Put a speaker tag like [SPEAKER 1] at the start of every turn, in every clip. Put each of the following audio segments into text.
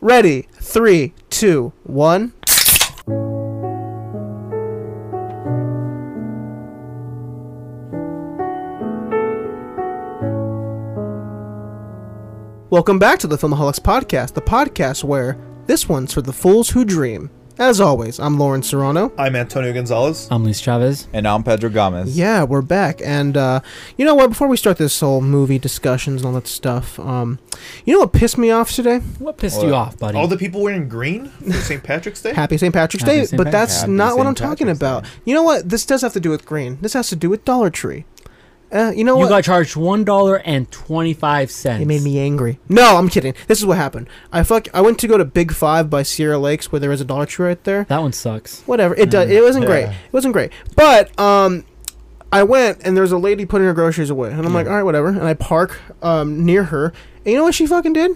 [SPEAKER 1] Ready? Three, two, one. Welcome back to the Filmaholics Podcast, the podcast where this one's for the fools who dream. As always, I'm Lauren Serrano.
[SPEAKER 2] I'm Antonio Gonzalez.
[SPEAKER 3] I'm Luis Chavez.
[SPEAKER 4] And I'm Pedro Gomez.
[SPEAKER 1] Yeah, we're back, and uh, you know what? Before we start this whole movie discussions and all that stuff, um, you know what pissed me off today?
[SPEAKER 3] What pissed you off, buddy?
[SPEAKER 2] All the people wearing green for St. Patrick's Day.
[SPEAKER 1] Happy St. Patrick's
[SPEAKER 3] Happy
[SPEAKER 1] Day,
[SPEAKER 3] St.
[SPEAKER 1] but
[SPEAKER 3] Patrick-
[SPEAKER 1] that's
[SPEAKER 4] Happy
[SPEAKER 1] not what
[SPEAKER 4] St.
[SPEAKER 1] I'm talking
[SPEAKER 4] Patrick's
[SPEAKER 1] about.
[SPEAKER 4] Day.
[SPEAKER 1] You know what? This does have to do with green. This has to do with Dollar Tree. Uh, you know
[SPEAKER 3] you
[SPEAKER 1] what?
[SPEAKER 3] got charged one dollar and twenty five cents.
[SPEAKER 1] It made me angry. No, I'm kidding. This is what happened. I fuck. I went to go to Big Five by Sierra Lakes, where there is a Dollar Tree right there.
[SPEAKER 3] That one sucks.
[SPEAKER 1] Whatever. It does. It wasn't great. It wasn't great. But um, I went and there was a lady putting her groceries away, and I'm like, all right, whatever. And I park um near her, and you know what she fucking did?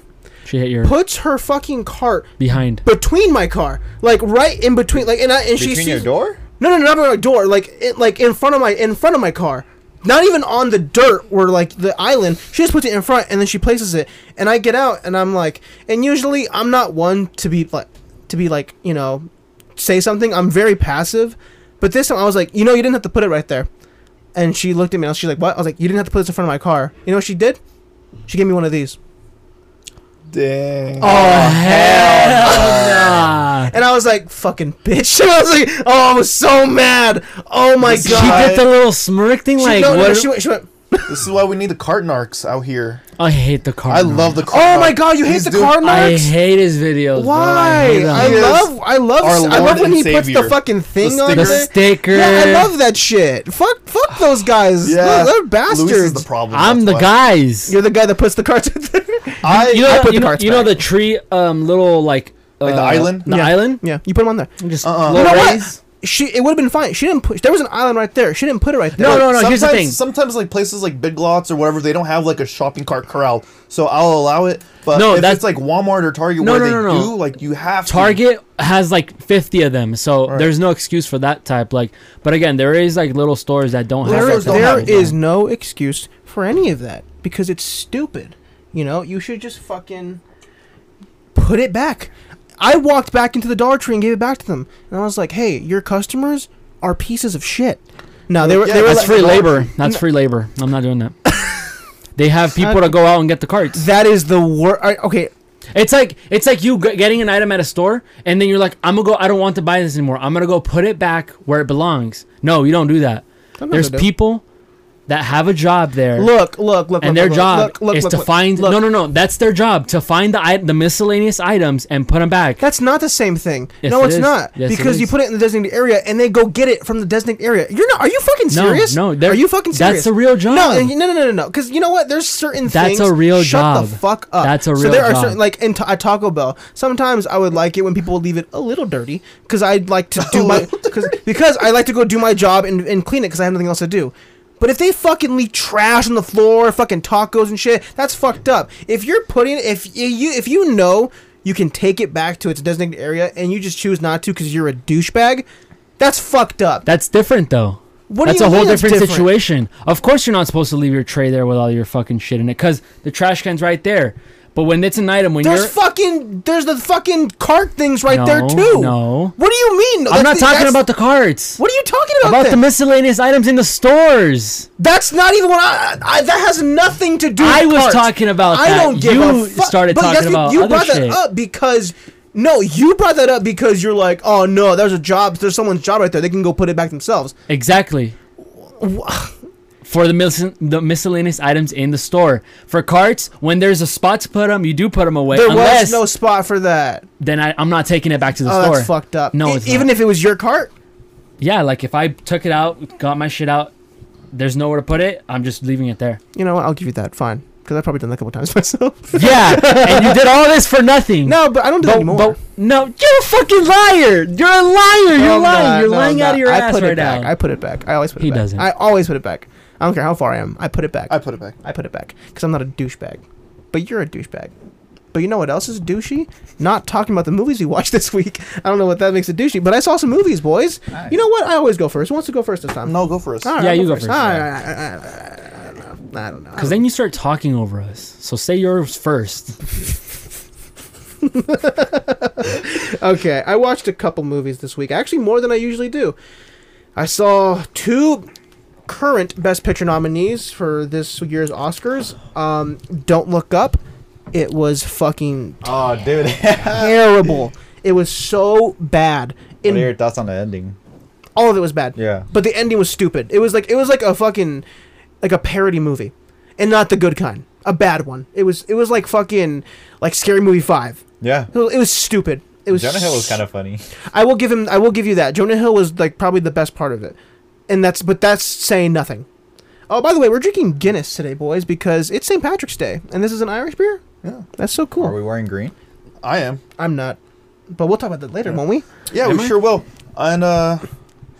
[SPEAKER 3] She hit your
[SPEAKER 1] Puts her fucking cart
[SPEAKER 3] behind.
[SPEAKER 1] between my car, like right in between, like and I and she
[SPEAKER 4] Between your
[SPEAKER 1] sees-
[SPEAKER 4] door?
[SPEAKER 1] No, no, no, not by my door. Like, it, like in front of my in front of my car. Not even on the dirt or like the island. She just puts it in front and then she places it. And I get out and I'm like, and usually I'm not one to be like, to be like, you know, say something. I'm very passive. But this time I was like, you know, you didn't have to put it right there. And she looked at me and she's like, what? I was like, you didn't have to put this in front of my car. You know what she did? She gave me one of these.
[SPEAKER 4] Dang.
[SPEAKER 3] Oh. Ah,
[SPEAKER 1] And I was like, fucking bitch. I was like, oh, I was so mad. Oh my
[SPEAKER 3] she
[SPEAKER 1] God.
[SPEAKER 3] did the little smirk thing.
[SPEAKER 1] She-
[SPEAKER 3] like,
[SPEAKER 1] no, no,
[SPEAKER 3] what?
[SPEAKER 1] no, she went, she went,
[SPEAKER 2] This is why we need the Cartnarks out here.
[SPEAKER 3] I hate the car.
[SPEAKER 2] I love the.
[SPEAKER 1] oh my God, you hate
[SPEAKER 2] He's
[SPEAKER 1] the
[SPEAKER 2] doing-
[SPEAKER 1] car
[SPEAKER 3] I
[SPEAKER 1] marks?
[SPEAKER 3] hate his videos. bro. I
[SPEAKER 1] Why?
[SPEAKER 3] hate
[SPEAKER 1] I,
[SPEAKER 3] them.
[SPEAKER 2] He is
[SPEAKER 1] love, I love,
[SPEAKER 2] our
[SPEAKER 1] I
[SPEAKER 2] Lord
[SPEAKER 1] love when
[SPEAKER 2] and
[SPEAKER 1] he puts the
[SPEAKER 2] Savior.
[SPEAKER 1] fucking thing on
[SPEAKER 2] sticker.
[SPEAKER 3] the
[SPEAKER 1] there.
[SPEAKER 3] sticker.
[SPEAKER 1] Yeah, I love that shit. Fuck, fuck those guys. Yeah.
[SPEAKER 2] Yeah.
[SPEAKER 1] They're
[SPEAKER 2] Luis is the
[SPEAKER 1] bastards.
[SPEAKER 2] problem.
[SPEAKER 3] I'm
[SPEAKER 2] that's
[SPEAKER 3] the
[SPEAKER 2] why.
[SPEAKER 3] guys.
[SPEAKER 1] You're the guy that puts the cards. in there.
[SPEAKER 2] I
[SPEAKER 3] you know,
[SPEAKER 1] I put the
[SPEAKER 3] you know,
[SPEAKER 1] carts
[SPEAKER 3] you know
[SPEAKER 1] back.
[SPEAKER 3] the tree, um, little like,
[SPEAKER 2] Like the
[SPEAKER 3] uh,
[SPEAKER 2] island?
[SPEAKER 3] the
[SPEAKER 1] Yeah.
[SPEAKER 3] island.
[SPEAKER 1] yeah, you put them on there.
[SPEAKER 3] Just
[SPEAKER 2] Uh-uh.
[SPEAKER 3] little
[SPEAKER 1] You know what?
[SPEAKER 3] rays.
[SPEAKER 1] She, it would have been fine. She didn't put. There was an island right there. She didn't put it right there.
[SPEAKER 3] No, no, no.
[SPEAKER 2] sometimes,
[SPEAKER 3] here's the thing.
[SPEAKER 2] Sometimes like places like Big Lots or whatever, they don't have like a shopping cart corral, so I'll allow it. But
[SPEAKER 3] No,
[SPEAKER 2] if
[SPEAKER 3] that's-
[SPEAKER 2] it's like Walmart or Target
[SPEAKER 3] No,
[SPEAKER 2] where
[SPEAKER 3] no,
[SPEAKER 2] they
[SPEAKER 3] no, no.
[SPEAKER 2] do, like you have to-
[SPEAKER 3] Target has like 50 of them, so there's no excuse for that type. Like, but again, there is like little stores that don't
[SPEAKER 1] There
[SPEAKER 3] have.
[SPEAKER 1] is
[SPEAKER 2] Those
[SPEAKER 3] that
[SPEAKER 2] don't
[SPEAKER 1] there
[SPEAKER 3] type
[SPEAKER 2] have
[SPEAKER 3] of
[SPEAKER 1] is
[SPEAKER 3] thing.
[SPEAKER 1] no excuse for any of that because it's stupid. You know, you should just fucking put it back. I walked back into the Dollar Tree and gave it back to them, and I was like, "Hey, your customers are pieces of shit." No, they were.
[SPEAKER 2] Yeah,
[SPEAKER 1] they were
[SPEAKER 3] That's
[SPEAKER 1] like,
[SPEAKER 3] free labor. That's free labor. I'm not doing that. they have people to go out and get the carts.
[SPEAKER 1] That is the worst. Okay,
[SPEAKER 3] It's like it's like you g- getting an item at a store, and then you're like, I'm gonna go. I don't want to buy this anymore. I'm gonna go put it back where it belongs. No, you don't do that.
[SPEAKER 1] Sometimes
[SPEAKER 3] There's
[SPEAKER 1] I do.
[SPEAKER 3] people that have a job there.
[SPEAKER 1] look, look, look, look,
[SPEAKER 3] and their
[SPEAKER 1] look,
[SPEAKER 3] job
[SPEAKER 1] look, look,
[SPEAKER 3] is
[SPEAKER 1] look,
[SPEAKER 3] to
[SPEAKER 1] look,
[SPEAKER 3] find
[SPEAKER 1] look.
[SPEAKER 3] no no no that's their job to find the I- the miscellaneous items and put them back
[SPEAKER 1] That's not the same thing.
[SPEAKER 3] Yes,
[SPEAKER 1] no,
[SPEAKER 3] it
[SPEAKER 1] it's
[SPEAKER 3] is.
[SPEAKER 1] not.
[SPEAKER 3] Yes, it
[SPEAKER 1] because you
[SPEAKER 3] is.
[SPEAKER 1] put it in the designated area, and they go get it from the designated area. You're not. Are you fucking
[SPEAKER 3] No,
[SPEAKER 1] serious?
[SPEAKER 3] no, they're-
[SPEAKER 1] Are you fucking
[SPEAKER 3] that's
[SPEAKER 1] serious?
[SPEAKER 3] a real job.
[SPEAKER 1] No, and- no, no, no, no, no. Because you know what? There's certain things.
[SPEAKER 3] That's a real
[SPEAKER 1] shut
[SPEAKER 3] job.
[SPEAKER 1] the fuck up.
[SPEAKER 3] That's a
[SPEAKER 1] So
[SPEAKER 3] real
[SPEAKER 1] there are
[SPEAKER 3] job.
[SPEAKER 1] certain like in t- at Taco Bell. Sometimes I would like it when people would leave it a little dirty because I'd like to do my because because I like to go do my job and, and clean it because I have nothing else to do. But if they fucking leave trash on the floor, fucking tacos and shit, that's fucked up. If you're putting if you if you know you can take it back to its designated area and you just choose not to because you're a douchebag, that's fucked up.
[SPEAKER 3] that's different though
[SPEAKER 1] What do
[SPEAKER 3] that's
[SPEAKER 1] you
[SPEAKER 3] a whole
[SPEAKER 1] mean that's
[SPEAKER 3] different,
[SPEAKER 1] different?
[SPEAKER 3] situation of course you're not supposed to leave your tray there with all your fucking shit in it because the trash can's right there but when it's an item when
[SPEAKER 1] There's
[SPEAKER 3] you're
[SPEAKER 1] fucking there's the fucking cart things right there
[SPEAKER 3] No,
[SPEAKER 1] too.
[SPEAKER 3] no.
[SPEAKER 1] What do you mean?
[SPEAKER 3] i'm
[SPEAKER 1] That's
[SPEAKER 3] not
[SPEAKER 1] the-
[SPEAKER 3] talking
[SPEAKER 1] that's-
[SPEAKER 3] about the carts
[SPEAKER 1] What are you talking about?
[SPEAKER 3] about the
[SPEAKER 1] then?
[SPEAKER 3] miscellaneous items in the stores
[SPEAKER 1] That's not even what I, I. That has nothing to do.
[SPEAKER 3] I
[SPEAKER 1] with
[SPEAKER 3] was
[SPEAKER 1] carts.
[SPEAKER 3] talking about
[SPEAKER 1] I
[SPEAKER 3] that.
[SPEAKER 1] don't give
[SPEAKER 3] You
[SPEAKER 1] a fuck.
[SPEAKER 3] started talking
[SPEAKER 1] that's-
[SPEAKER 3] about
[SPEAKER 1] you
[SPEAKER 3] other
[SPEAKER 1] brought
[SPEAKER 3] shit.
[SPEAKER 1] that up because no, you brought that up because you're like, oh no, there's a job. There's someone's job right there. They can go put it back themselves.
[SPEAKER 3] exactly for the, mis- the miscellaneous items in the store for carts when there's a spot to put them you do put them away
[SPEAKER 1] There
[SPEAKER 3] unless
[SPEAKER 1] was no spot for that.
[SPEAKER 3] then I, I'm not taking it back to the
[SPEAKER 1] Oh,
[SPEAKER 3] store.
[SPEAKER 1] that's fucked up.
[SPEAKER 3] No,
[SPEAKER 1] E-
[SPEAKER 3] it's
[SPEAKER 1] even
[SPEAKER 3] not.
[SPEAKER 1] if it was your cart.
[SPEAKER 3] yeah, like if I took it out, got my shit out, there's nowhere to put it. I'm just leaving it there.
[SPEAKER 1] You know, what, I'll give you that. Fine, because I've probably done that a couple times myself.
[SPEAKER 3] yeah, and you did all this for nothing.
[SPEAKER 1] no, but I don't do that
[SPEAKER 3] but,
[SPEAKER 1] anymore.
[SPEAKER 3] but no, you're a fucking liar. You're a liar. You're
[SPEAKER 1] No, I'm
[SPEAKER 3] lying.
[SPEAKER 1] not.
[SPEAKER 3] you're
[SPEAKER 1] No,
[SPEAKER 3] lying
[SPEAKER 1] I'm
[SPEAKER 3] out
[SPEAKER 1] not.
[SPEAKER 3] of your
[SPEAKER 1] I
[SPEAKER 3] ass
[SPEAKER 1] put
[SPEAKER 3] right
[SPEAKER 1] it back.
[SPEAKER 3] now.
[SPEAKER 1] I put it back. I always put it
[SPEAKER 3] He
[SPEAKER 1] back.
[SPEAKER 3] doesn't.
[SPEAKER 1] I always put it back. I don't care how far I am. I put it back.
[SPEAKER 2] I put it back.
[SPEAKER 1] I put it back because I'm not a douchebag, but you're a douchebag. But you know what else is douchey? Not talking about the movies we watched this week. I don't know what that makes it douchey, but I saw some movies, boys. You know what? I always go first. Who wants to go first this time?
[SPEAKER 2] No, go for us.
[SPEAKER 1] All
[SPEAKER 3] Yeah,
[SPEAKER 1] I'll
[SPEAKER 3] you go first.
[SPEAKER 1] All right, all right, all right, all right, all right, all right. I don't know. I don't know.
[SPEAKER 3] Because then you start talking over us. So say yours first.
[SPEAKER 1] okay, I watched a couple movies this week. Actually, more than I usually do. I saw two current Best Picture nominees for this year's Oscars. Um, Don't Look Up. It was fucking
[SPEAKER 4] Oh, dude.
[SPEAKER 1] terrible. It was so bad.
[SPEAKER 4] what are
[SPEAKER 1] In
[SPEAKER 4] your thoughts on the ending?
[SPEAKER 1] all of it was bad.
[SPEAKER 4] Yeah.
[SPEAKER 1] But the ending was stupid. It was like it was like a fucking like a parody movie, and not the good kind. A bad one. It was it was like fucking like scary movie five.
[SPEAKER 4] Yeah.
[SPEAKER 1] It was, it was stupid. It was.
[SPEAKER 4] Jonah Hill was kind of funny.
[SPEAKER 1] I will give him. I will give you that. Jonah Hill was like probably the best part of it, and that's but that's saying nothing. Oh, by the way, we're drinking Guinness today, boys, because it's St. Patrick's Day, and this is an Irish beer.
[SPEAKER 2] Yeah.
[SPEAKER 1] That's so
[SPEAKER 4] Are
[SPEAKER 1] cool.
[SPEAKER 4] we wearing green?
[SPEAKER 2] I am.
[SPEAKER 1] I'm not, but we'll talk about that later, won't we?
[SPEAKER 2] Yeah,
[SPEAKER 3] Am
[SPEAKER 2] we
[SPEAKER 3] I?
[SPEAKER 2] sure will. And uh,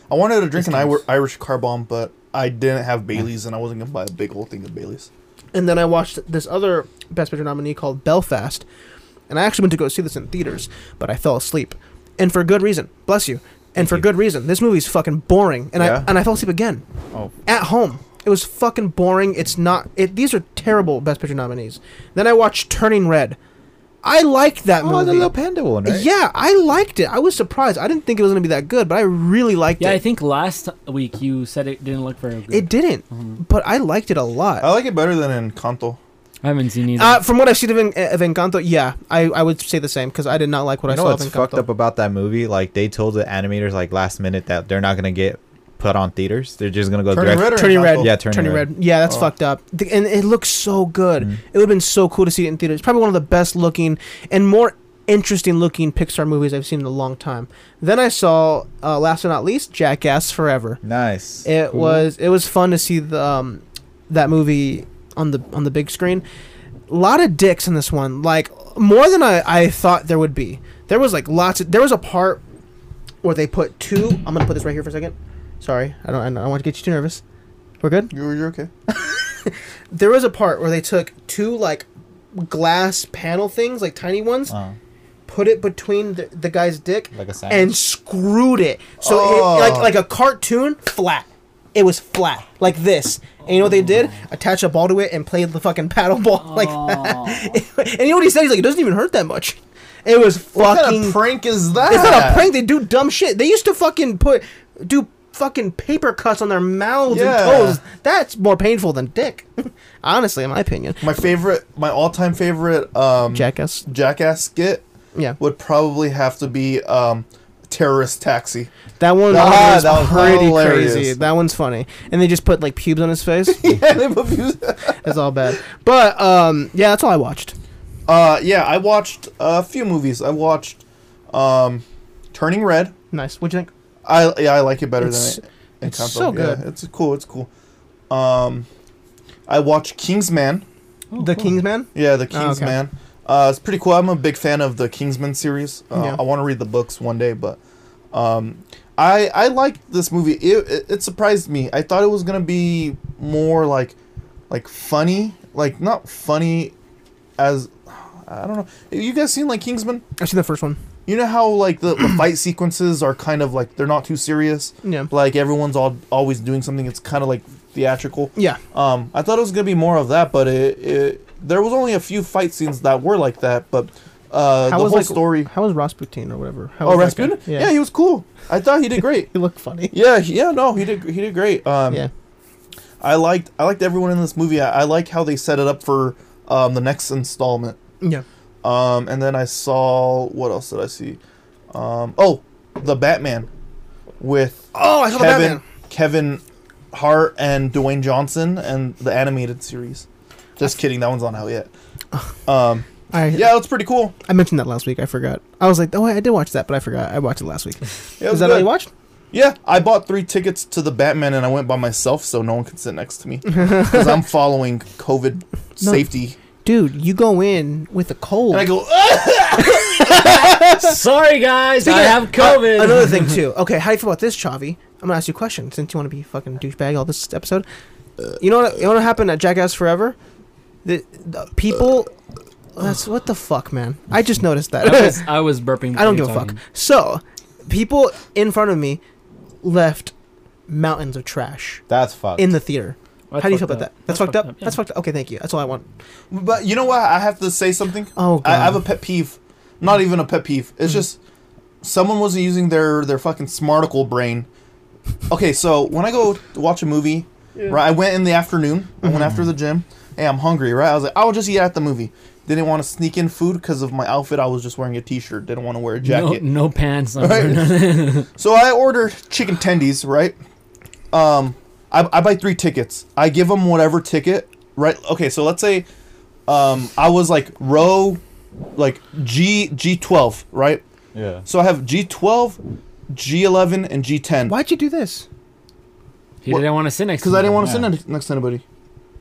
[SPEAKER 2] I wanted to drink an Iwer- Irish car bomb, but I didn't have Bailey's, and I wasn't gonna buy a big old thing of Bailey's.
[SPEAKER 1] And then I watched this other Best Picture nominee called Belfast, and I actually went to go see this in theaters, but I fell asleep, and for good reason. Bless you. And for good reason. This movie's fucking boring, and
[SPEAKER 2] Yeah?
[SPEAKER 1] I and I fell asleep again.
[SPEAKER 4] Oh.
[SPEAKER 1] At home, it was fucking boring. It's not. It. These are terrible Best Picture nominees. Then I watched Turning Red. I liked that
[SPEAKER 4] Oh,
[SPEAKER 1] movie.
[SPEAKER 4] the little panda one, right?
[SPEAKER 1] Yeah, I liked it. I was surprised. I didn't think it was gonna be that good, but I really liked
[SPEAKER 3] Yeah,
[SPEAKER 1] it.
[SPEAKER 3] I think last week you said it didn't look very good.
[SPEAKER 1] it didn't,
[SPEAKER 3] Mm-hmm.
[SPEAKER 1] but I liked it a lot.
[SPEAKER 4] Oh.
[SPEAKER 2] I like it better than in Encanto.
[SPEAKER 3] I haven't seen either.
[SPEAKER 1] Uh, from what I've seen of, En- of Encanto, yeah, I, I would say the same because I did not like what
[SPEAKER 4] You
[SPEAKER 1] I
[SPEAKER 4] know
[SPEAKER 1] saw of
[SPEAKER 4] what's
[SPEAKER 1] Encanto.
[SPEAKER 4] fucked up about that movie? Like they told the animators like last minute that they're not gonna get put on theaters. They're just gonna go
[SPEAKER 2] Turning
[SPEAKER 4] direct.
[SPEAKER 2] red or
[SPEAKER 1] Turning red.
[SPEAKER 2] Encanto?
[SPEAKER 4] Yeah, turning,
[SPEAKER 1] Turning
[SPEAKER 4] red.
[SPEAKER 1] red. yeah, that's
[SPEAKER 2] Oh.
[SPEAKER 1] fucked up, The- and it looks so good.
[SPEAKER 4] Mhm.
[SPEAKER 1] It would have been so cool to see it in theaters. It's probably one of the best looking and more interesting looking Pixar movies I've seen in a long time. Then I saw, uh, last but not least, Jackass Forever.
[SPEAKER 4] Nice.
[SPEAKER 1] It
[SPEAKER 3] Cool.
[SPEAKER 1] was it was fun to see the um, that movie on the on the big screen. A lot of dicks in this one, like more than I, I thought there would be. There was like lots of there was a part where they put two. I'm gonna put this right here for a second. Sorry, I don't I don't want to get you too nervous. We're good.
[SPEAKER 2] You're, you're okay.
[SPEAKER 1] There was a part where they took two like glass panel things, like tiny ones,
[SPEAKER 4] Uh,
[SPEAKER 1] put it between the, the guy's dick
[SPEAKER 4] like a sandwich.
[SPEAKER 1] and screwed it. So
[SPEAKER 2] Oh.
[SPEAKER 1] it, like like a cartoon, flat. It was flat, like this. And you know what they did?
[SPEAKER 2] Mm.
[SPEAKER 1] Attach a ball to it and played the fucking paddle ball like that. and you know what he said? He's like, it doesn't even hurt that much. It was
[SPEAKER 2] What
[SPEAKER 1] fucking.
[SPEAKER 2] kind of prank is that?
[SPEAKER 1] it's not a prank. They do dumb shit. They used to fucking put do fucking paper cuts on their mouths
[SPEAKER 2] Yeah.
[SPEAKER 1] and toes. That's more painful than dick. Honestly, in my opinion,
[SPEAKER 2] My favorite, my all-time favorite um,
[SPEAKER 1] jackass.
[SPEAKER 2] Jackass skit
[SPEAKER 1] Yeah,
[SPEAKER 2] would probably have to be um, Terrorist Taxi.
[SPEAKER 1] that one
[SPEAKER 2] Ah,
[SPEAKER 1] was
[SPEAKER 2] that was
[SPEAKER 1] pretty
[SPEAKER 2] hilarious.
[SPEAKER 1] crazy. That one's funny. And they just put like pubes on his face.
[SPEAKER 2] yeah, they put music-
[SPEAKER 1] That's all bad. But um, yeah, that's all I watched.
[SPEAKER 2] Uh, yeah, I watched a few movies. I watched um, Turning Red.
[SPEAKER 1] Nice. What'd you think?
[SPEAKER 2] I yeah, I like it better
[SPEAKER 1] It's-
[SPEAKER 2] than it.
[SPEAKER 1] it's so good.
[SPEAKER 2] Yeah, it's cool. It's cool. Um, I watched Kingsman.
[SPEAKER 1] the Kingsman.
[SPEAKER 2] Yeah, the
[SPEAKER 1] Oh, okay.
[SPEAKER 2] Kingsman. Uh, it's pretty cool. I'm a big fan of the Kingsman series. Uh,
[SPEAKER 1] Yeah.
[SPEAKER 2] I want to read the books one day, but um, I I liked this movie. It, it it surprised me. I thought it was gonna be more like like funny, like not funny as I don't know. You guys seen like Kingsman?
[SPEAKER 1] I've seen the first one.
[SPEAKER 2] You know how like the, the fight sequences are kind of like they're not too serious.
[SPEAKER 1] Yeah.
[SPEAKER 2] Like everyone's all always doing something. It's kind of like theatrical.
[SPEAKER 1] Yeah.
[SPEAKER 2] Um, I thought it was gonna be more of that, but it, it there was only a few fight scenes that were like that. But uh, the
[SPEAKER 1] was
[SPEAKER 2] whole
[SPEAKER 1] like,
[SPEAKER 2] story.
[SPEAKER 1] How was Rasputin or whatever? How
[SPEAKER 2] Oh,
[SPEAKER 1] was that guy?
[SPEAKER 2] Rasputin. Yeah.
[SPEAKER 1] Yeah.
[SPEAKER 2] he was cool. I thought he did great.
[SPEAKER 1] He looked funny.
[SPEAKER 2] yeah, he- yeah, no, he did he did great. Um,
[SPEAKER 1] yeah.
[SPEAKER 2] I liked I liked everyone in this movie. I, I like how they set it up for um, the next installment.
[SPEAKER 1] Yeah.
[SPEAKER 2] Um, and then I saw what else did I see? Um, oh, the Batman with
[SPEAKER 1] Oh, I saw the
[SPEAKER 2] Kevin
[SPEAKER 1] Batman.
[SPEAKER 2] Kevin Hart and Dwayne Johnson and the animated series. Just kidding, that one's not out yet. Um,
[SPEAKER 1] I,
[SPEAKER 2] yeah, that's pretty cool.
[SPEAKER 1] I mentioned that last week. I forgot. I was like, oh, wait, I did watch that, but I forgot. I watched it last week.
[SPEAKER 2] Yeah,
[SPEAKER 1] Is
[SPEAKER 2] it was
[SPEAKER 1] that all
[SPEAKER 2] good.
[SPEAKER 1] you watched?
[SPEAKER 2] Yeah, I bought three tickets to the Batman and I went by myself so no one could sit next to me because I'm following COVID
[SPEAKER 1] No.
[SPEAKER 2] safety.
[SPEAKER 1] Dude, you go in with a cold.
[SPEAKER 2] And I go, "Ah!"
[SPEAKER 3] Sorry, guys, I
[SPEAKER 1] Speaking
[SPEAKER 3] have
[SPEAKER 1] of-
[SPEAKER 3] COVID.
[SPEAKER 1] uh, another thing too. Okay, how do you feel about this, Chavi? I'm gonna ask you a question since you want to be fucking douchebag all this episode. You know what? You know what happened at Jackass Forever? The, the people. That's what the fuck, man. I just noticed that.
[SPEAKER 3] Uh, I was, I was burping.
[SPEAKER 1] I don't
[SPEAKER 3] when you
[SPEAKER 1] give a
[SPEAKER 3] were
[SPEAKER 1] fuck.
[SPEAKER 3] talking.
[SPEAKER 1] So, people in front of me left mountains of trash
[SPEAKER 4] That's fucked.
[SPEAKER 1] in the theater.
[SPEAKER 3] That's
[SPEAKER 1] How do you feel
[SPEAKER 3] fucked
[SPEAKER 1] about that?
[SPEAKER 3] up.
[SPEAKER 1] That's, fucked up.
[SPEAKER 3] yeah.
[SPEAKER 1] That's fucked up. Okay, thank you. That's all I want.
[SPEAKER 2] but you know what? I have to say something.
[SPEAKER 1] Oh,
[SPEAKER 2] I I have a
[SPEAKER 1] God.
[SPEAKER 2] pet peeve. Not even a pet peeve. It's just someone wasn't using their their fucking smarticle brain. Okay, so when I go to watch a movie, right? I went in the afternoon. I went after the gym. Hey, I'm hungry, right? I was like, I'll just eat at the movie. Didn't want to sneak in food because of my outfit. I was just wearing a t-shirt. Didn't want to wear a
[SPEAKER 3] No,
[SPEAKER 2] jacket.
[SPEAKER 3] no pants. no-
[SPEAKER 2] So I order chicken tendies, right? Um, I, I buy three tickets. I give them whatever ticket, right? Okay, so let's say, um, I was like row, like G G twelve, right?
[SPEAKER 4] Yeah.
[SPEAKER 2] So I have G twelve, G eleven, and G ten.
[SPEAKER 1] Why'd you do this?
[SPEAKER 3] He didn't want to sit next.
[SPEAKER 2] Because
[SPEAKER 3] to
[SPEAKER 2] I
[SPEAKER 3] me.
[SPEAKER 2] didn't want to
[SPEAKER 4] Yeah.
[SPEAKER 2] sit next to anybody.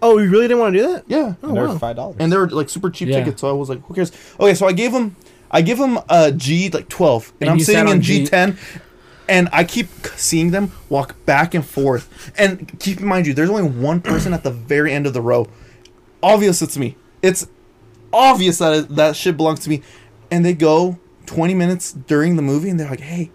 [SPEAKER 1] Oh, you really didn't want to do that?
[SPEAKER 2] Yeah.
[SPEAKER 1] Oh,
[SPEAKER 4] and they're
[SPEAKER 1] wow.
[SPEAKER 4] five dollars.
[SPEAKER 2] and they were like super cheap
[SPEAKER 3] Yeah.
[SPEAKER 2] tickets. So I was like, who cares? Okay, so I gave him, I give him a G like twelve, and,
[SPEAKER 3] And
[SPEAKER 2] I'm
[SPEAKER 3] you sat
[SPEAKER 2] sitting in
[SPEAKER 3] on
[SPEAKER 2] G
[SPEAKER 3] G-
[SPEAKER 2] ten, and I keep c- seeing them walk back and forth. And keep in mind, you, there's only one person at the very end of the row. Obvious, it's me. It's obvious that it- that shit belongs to me. And they go 20 minutes during the movie, and they're like, hey.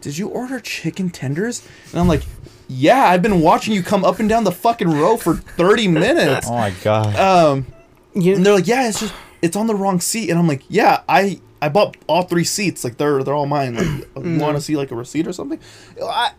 [SPEAKER 2] Did you order chicken tenders? And I'm like, yeah, I've been watching you come up and down the fucking row for 30 minutes.
[SPEAKER 4] Oh my god.
[SPEAKER 2] Um,
[SPEAKER 1] You-
[SPEAKER 2] and they're like, yeah, it's just it's on the wrong seat, and I'm like, yeah, I I bought all three seats, like they're they're all mine. Like, you want to see like a receipt or something? I,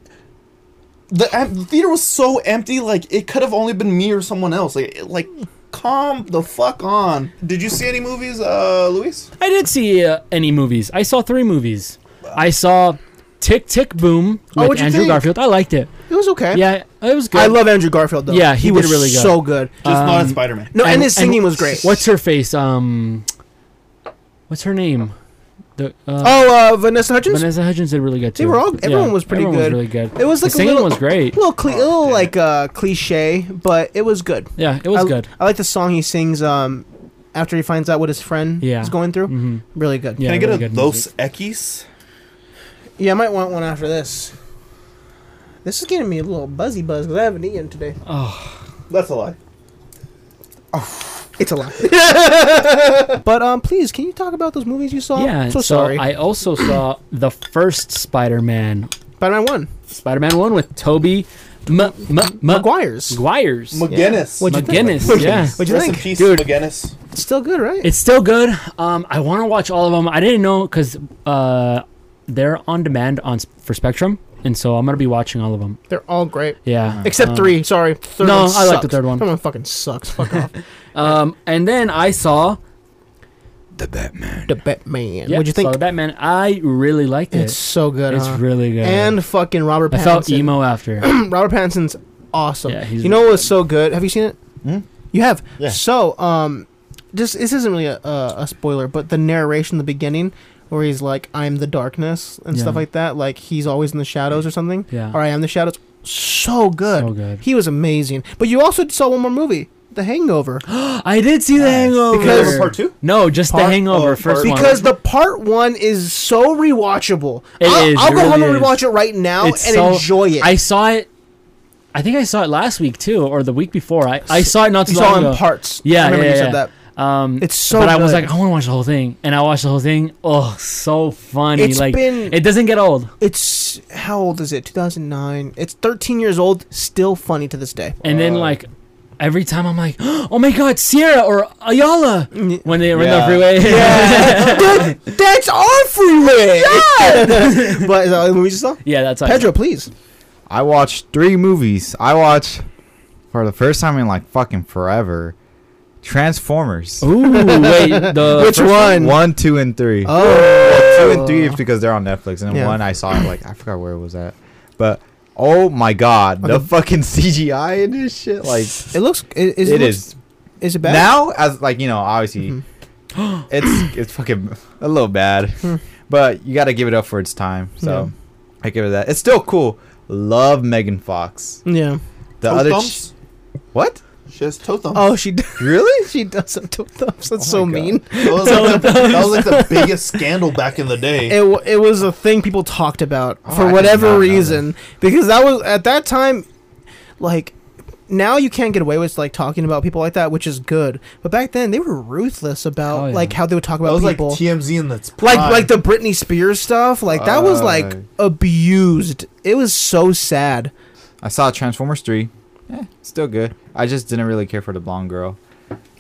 [SPEAKER 2] the, em- the theater was so empty, like it could have only been me or someone else. Like it- like, calm the fuck on. Did you see any movies, uh, Luis?
[SPEAKER 3] I didn't see uh, any movies. I saw three movies. I saw Tick Tick Boom with
[SPEAKER 1] Oh, what'd you
[SPEAKER 3] Andrew
[SPEAKER 1] think?
[SPEAKER 3] Garfield. I liked it.
[SPEAKER 1] it was okay.
[SPEAKER 3] Yeah, it was good.
[SPEAKER 1] I love Andrew Garfield though.
[SPEAKER 3] Yeah, he did
[SPEAKER 1] was
[SPEAKER 3] really good.
[SPEAKER 1] so good.
[SPEAKER 2] Just not
[SPEAKER 3] Um,
[SPEAKER 2] at Spider Man.
[SPEAKER 1] No, and, his singing was great.
[SPEAKER 3] What's her face? Um, what's her name? The uh,
[SPEAKER 1] Oh, uh, Vanessa Hudgens.
[SPEAKER 3] Vanessa Hudgens did really good too.
[SPEAKER 1] They were all- everyone was pretty
[SPEAKER 3] everyone
[SPEAKER 1] good.
[SPEAKER 3] Was really good.
[SPEAKER 1] It was
[SPEAKER 3] The
[SPEAKER 1] like a
[SPEAKER 3] singing
[SPEAKER 1] little-
[SPEAKER 3] was great.
[SPEAKER 1] little, cle- little
[SPEAKER 2] damn
[SPEAKER 1] like uh, cliche, but it was good.
[SPEAKER 3] Yeah, Oh, it was
[SPEAKER 1] I,
[SPEAKER 3] good.
[SPEAKER 1] I like the song he sings um, after he finds out what his friend
[SPEAKER 3] Yeah.
[SPEAKER 1] is going through.
[SPEAKER 3] Mm-hmm.
[SPEAKER 1] Really good.
[SPEAKER 3] Yeah.
[SPEAKER 2] Can I get
[SPEAKER 3] really
[SPEAKER 2] a
[SPEAKER 3] good
[SPEAKER 2] Los Equis?
[SPEAKER 1] Yeah, I might want one after this. This is getting me a little buzzy buzz because I haven't eaten today.
[SPEAKER 3] Oh,
[SPEAKER 2] That's a lie.
[SPEAKER 1] It's a lot. but um, please, can you talk about those movies you saw?
[SPEAKER 3] yeah.
[SPEAKER 1] so,
[SPEAKER 3] So,
[SPEAKER 1] sorry.
[SPEAKER 3] I also saw the first Spider-Man,
[SPEAKER 1] Spider-Man One,
[SPEAKER 3] Spider-Man one with Toby M- M- M-
[SPEAKER 1] McGuire's.
[SPEAKER 3] Maguires.
[SPEAKER 2] McGinnis.
[SPEAKER 1] What'd you think?
[SPEAKER 3] McGinnis, yeah.
[SPEAKER 1] What'd you
[SPEAKER 2] Rest in
[SPEAKER 1] think?
[SPEAKER 2] peace,
[SPEAKER 3] Dude.
[SPEAKER 2] McGinnis.
[SPEAKER 1] It's still good, right?
[SPEAKER 3] It's still good. Um, I want to watch all of them. I didn't know because uh, they're on demand on s- for Spectrum, and so I'm gonna be watching all of them.
[SPEAKER 1] They're all great.
[SPEAKER 3] Yeah,
[SPEAKER 1] Except
[SPEAKER 3] um,
[SPEAKER 1] three. Sorry. Third
[SPEAKER 3] no,
[SPEAKER 1] one
[SPEAKER 3] I like the
[SPEAKER 1] sucks.
[SPEAKER 3] third one.
[SPEAKER 1] Third one fucking sucks. Fuck off.
[SPEAKER 3] Um, and then I saw
[SPEAKER 1] The Batman.
[SPEAKER 3] yeah,
[SPEAKER 1] What'd you
[SPEAKER 3] saw
[SPEAKER 1] think?
[SPEAKER 3] the Batman. I really liked it.
[SPEAKER 1] It's so good.
[SPEAKER 3] It's
[SPEAKER 1] huh?
[SPEAKER 3] really good.
[SPEAKER 1] And fucking Robert
[SPEAKER 3] I
[SPEAKER 1] Pattinson.
[SPEAKER 3] felt emo after.
[SPEAKER 1] Robert Pattinson's awesome.
[SPEAKER 3] Yeah, he's
[SPEAKER 1] you know what's so good? Have you seen it?
[SPEAKER 4] Hmm?
[SPEAKER 1] You have.
[SPEAKER 4] Yeah.
[SPEAKER 1] So, um, just this isn't really a, a, a spoiler, but the narration in the beginning where he's like, "I'm the darkness" and stuff
[SPEAKER 3] Yeah.
[SPEAKER 1] like that. Like he's always in the shadows or something.
[SPEAKER 3] Yeah.
[SPEAKER 1] Or I am the shadows. So good.
[SPEAKER 3] So good.
[SPEAKER 1] He was amazing. But you also saw one more movie, The Hangover,
[SPEAKER 3] I did see the Hangover.
[SPEAKER 1] Because-
[SPEAKER 2] Hangover Part Two?
[SPEAKER 3] No, just
[SPEAKER 1] Part-
[SPEAKER 3] the Hangover
[SPEAKER 2] oh,
[SPEAKER 3] first
[SPEAKER 2] part-
[SPEAKER 3] one.
[SPEAKER 1] because the part one is so rewatchable.
[SPEAKER 3] It
[SPEAKER 1] I'll,
[SPEAKER 3] is,
[SPEAKER 1] I'll
[SPEAKER 3] it
[SPEAKER 1] go home and
[SPEAKER 3] really is.
[SPEAKER 1] rewatch it right now
[SPEAKER 3] It's
[SPEAKER 1] and
[SPEAKER 3] so-
[SPEAKER 1] enjoy it.
[SPEAKER 3] I saw it. I think I saw it last week too, or the week before. I, I saw it not too
[SPEAKER 1] you
[SPEAKER 3] long
[SPEAKER 1] saw in
[SPEAKER 3] ago.
[SPEAKER 1] parts.
[SPEAKER 3] Yeah,
[SPEAKER 1] I remember
[SPEAKER 3] yeah,
[SPEAKER 1] you
[SPEAKER 3] yeah.
[SPEAKER 1] said that.
[SPEAKER 3] Um,
[SPEAKER 1] It's so.
[SPEAKER 3] but I was
[SPEAKER 1] good.
[SPEAKER 3] like, I want to watch the whole thing, and I watched the whole thing. Oh, so funny!
[SPEAKER 1] It's
[SPEAKER 3] like
[SPEAKER 1] been-
[SPEAKER 3] it doesn't get old,
[SPEAKER 1] It's how old is it? 2009. It's 13 years old, still funny to this day.
[SPEAKER 3] and then
[SPEAKER 2] Uh,
[SPEAKER 3] like every time I'm like, oh my god, Sierra or Ayala when they were in the
[SPEAKER 4] Yeah.
[SPEAKER 3] freeway.
[SPEAKER 1] Dude, that's our freeway. Yeah. but uh, is that what movie you saw?
[SPEAKER 3] yeah, that's how I-
[SPEAKER 1] Pedro, please.
[SPEAKER 4] I watched three movies. I watched for the first time in like fucking forever. Transformers.
[SPEAKER 3] Ooh, wait, the
[SPEAKER 1] Which
[SPEAKER 3] first-
[SPEAKER 1] one?
[SPEAKER 4] One, two, and three.
[SPEAKER 1] Oh,
[SPEAKER 4] Two and three is because they're on Netflix, and then
[SPEAKER 1] Yeah.
[SPEAKER 4] one I saw it like I forgot where it was at, but oh my god, the fucking CGI in this shit, like
[SPEAKER 1] It looks. It, is,
[SPEAKER 4] it
[SPEAKER 1] looks-
[SPEAKER 4] is
[SPEAKER 1] Is it bad? Mm-hmm.
[SPEAKER 4] now as like you know obviously it's it's fucking a little bad,
[SPEAKER 1] Hmm.
[SPEAKER 4] but you got to give it up for its time. So I give it that. It's still cool. Love Megan Fox.
[SPEAKER 1] Yeah.
[SPEAKER 4] The
[SPEAKER 2] Toe
[SPEAKER 4] other ch-
[SPEAKER 2] thumps?
[SPEAKER 4] what?
[SPEAKER 2] She has toe thumps.
[SPEAKER 1] Oh, she d-
[SPEAKER 4] Really?
[SPEAKER 1] she does have two thumbs. That's
[SPEAKER 4] Oh
[SPEAKER 1] so
[SPEAKER 4] my God.
[SPEAKER 1] mean.
[SPEAKER 2] That was, like the, that was like the biggest scandal back in the day.
[SPEAKER 1] It, w- it was a thing people talked about
[SPEAKER 4] Oh, I
[SPEAKER 1] for
[SPEAKER 4] did not
[SPEAKER 1] whatever
[SPEAKER 4] know
[SPEAKER 1] reason because that was at that time, like. Now you can't get away with like talking about people like that, which is good. But back then they were ruthless about
[SPEAKER 3] Oh, yeah.
[SPEAKER 1] like how they would talk
[SPEAKER 2] That
[SPEAKER 1] about
[SPEAKER 2] was like
[SPEAKER 1] people.
[SPEAKER 2] TMZ and that's
[SPEAKER 1] like like the Britney Spears stuff, like that was like
[SPEAKER 4] Aye.
[SPEAKER 1] abused. It was so sad.
[SPEAKER 4] I saw Transformers three. Eh, still good. I just didn't really care for the blonde girl.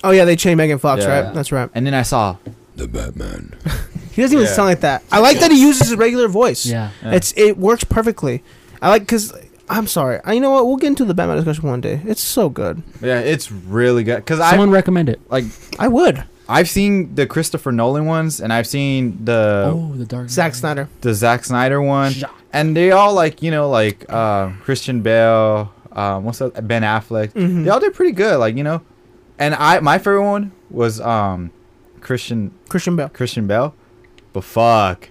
[SPEAKER 1] Oh yeah, they chained Megan Fox,
[SPEAKER 4] Yeah.
[SPEAKER 1] right? That's right.
[SPEAKER 4] And then I saw
[SPEAKER 1] He doesn't even
[SPEAKER 4] Yeah.
[SPEAKER 1] sound like that. I like that he uses his regular voice.
[SPEAKER 3] Yeah.
[SPEAKER 1] It's it works perfectly. I like because I'm sorry. I you know what? We'll get into the Batman discussion one day. It's so good.
[SPEAKER 4] Yeah, it's really good because I
[SPEAKER 3] Someone recommend it.
[SPEAKER 4] like
[SPEAKER 1] I would.
[SPEAKER 4] I've seen the Christopher Nolan ones and I've seen the
[SPEAKER 3] oh, the dark.
[SPEAKER 1] Zack
[SPEAKER 3] Knight.
[SPEAKER 1] Snyder.
[SPEAKER 4] the Zack Snyder one,
[SPEAKER 3] Zack.
[SPEAKER 4] and they all like you know like uh, Christian Bale, um, what's that? Ben Affleck.
[SPEAKER 1] Mm-hmm.
[SPEAKER 4] They all did pretty good, like you know. And I my favorite one was um, Christian
[SPEAKER 1] Christian Bale.
[SPEAKER 4] Christian Bale, but fuck,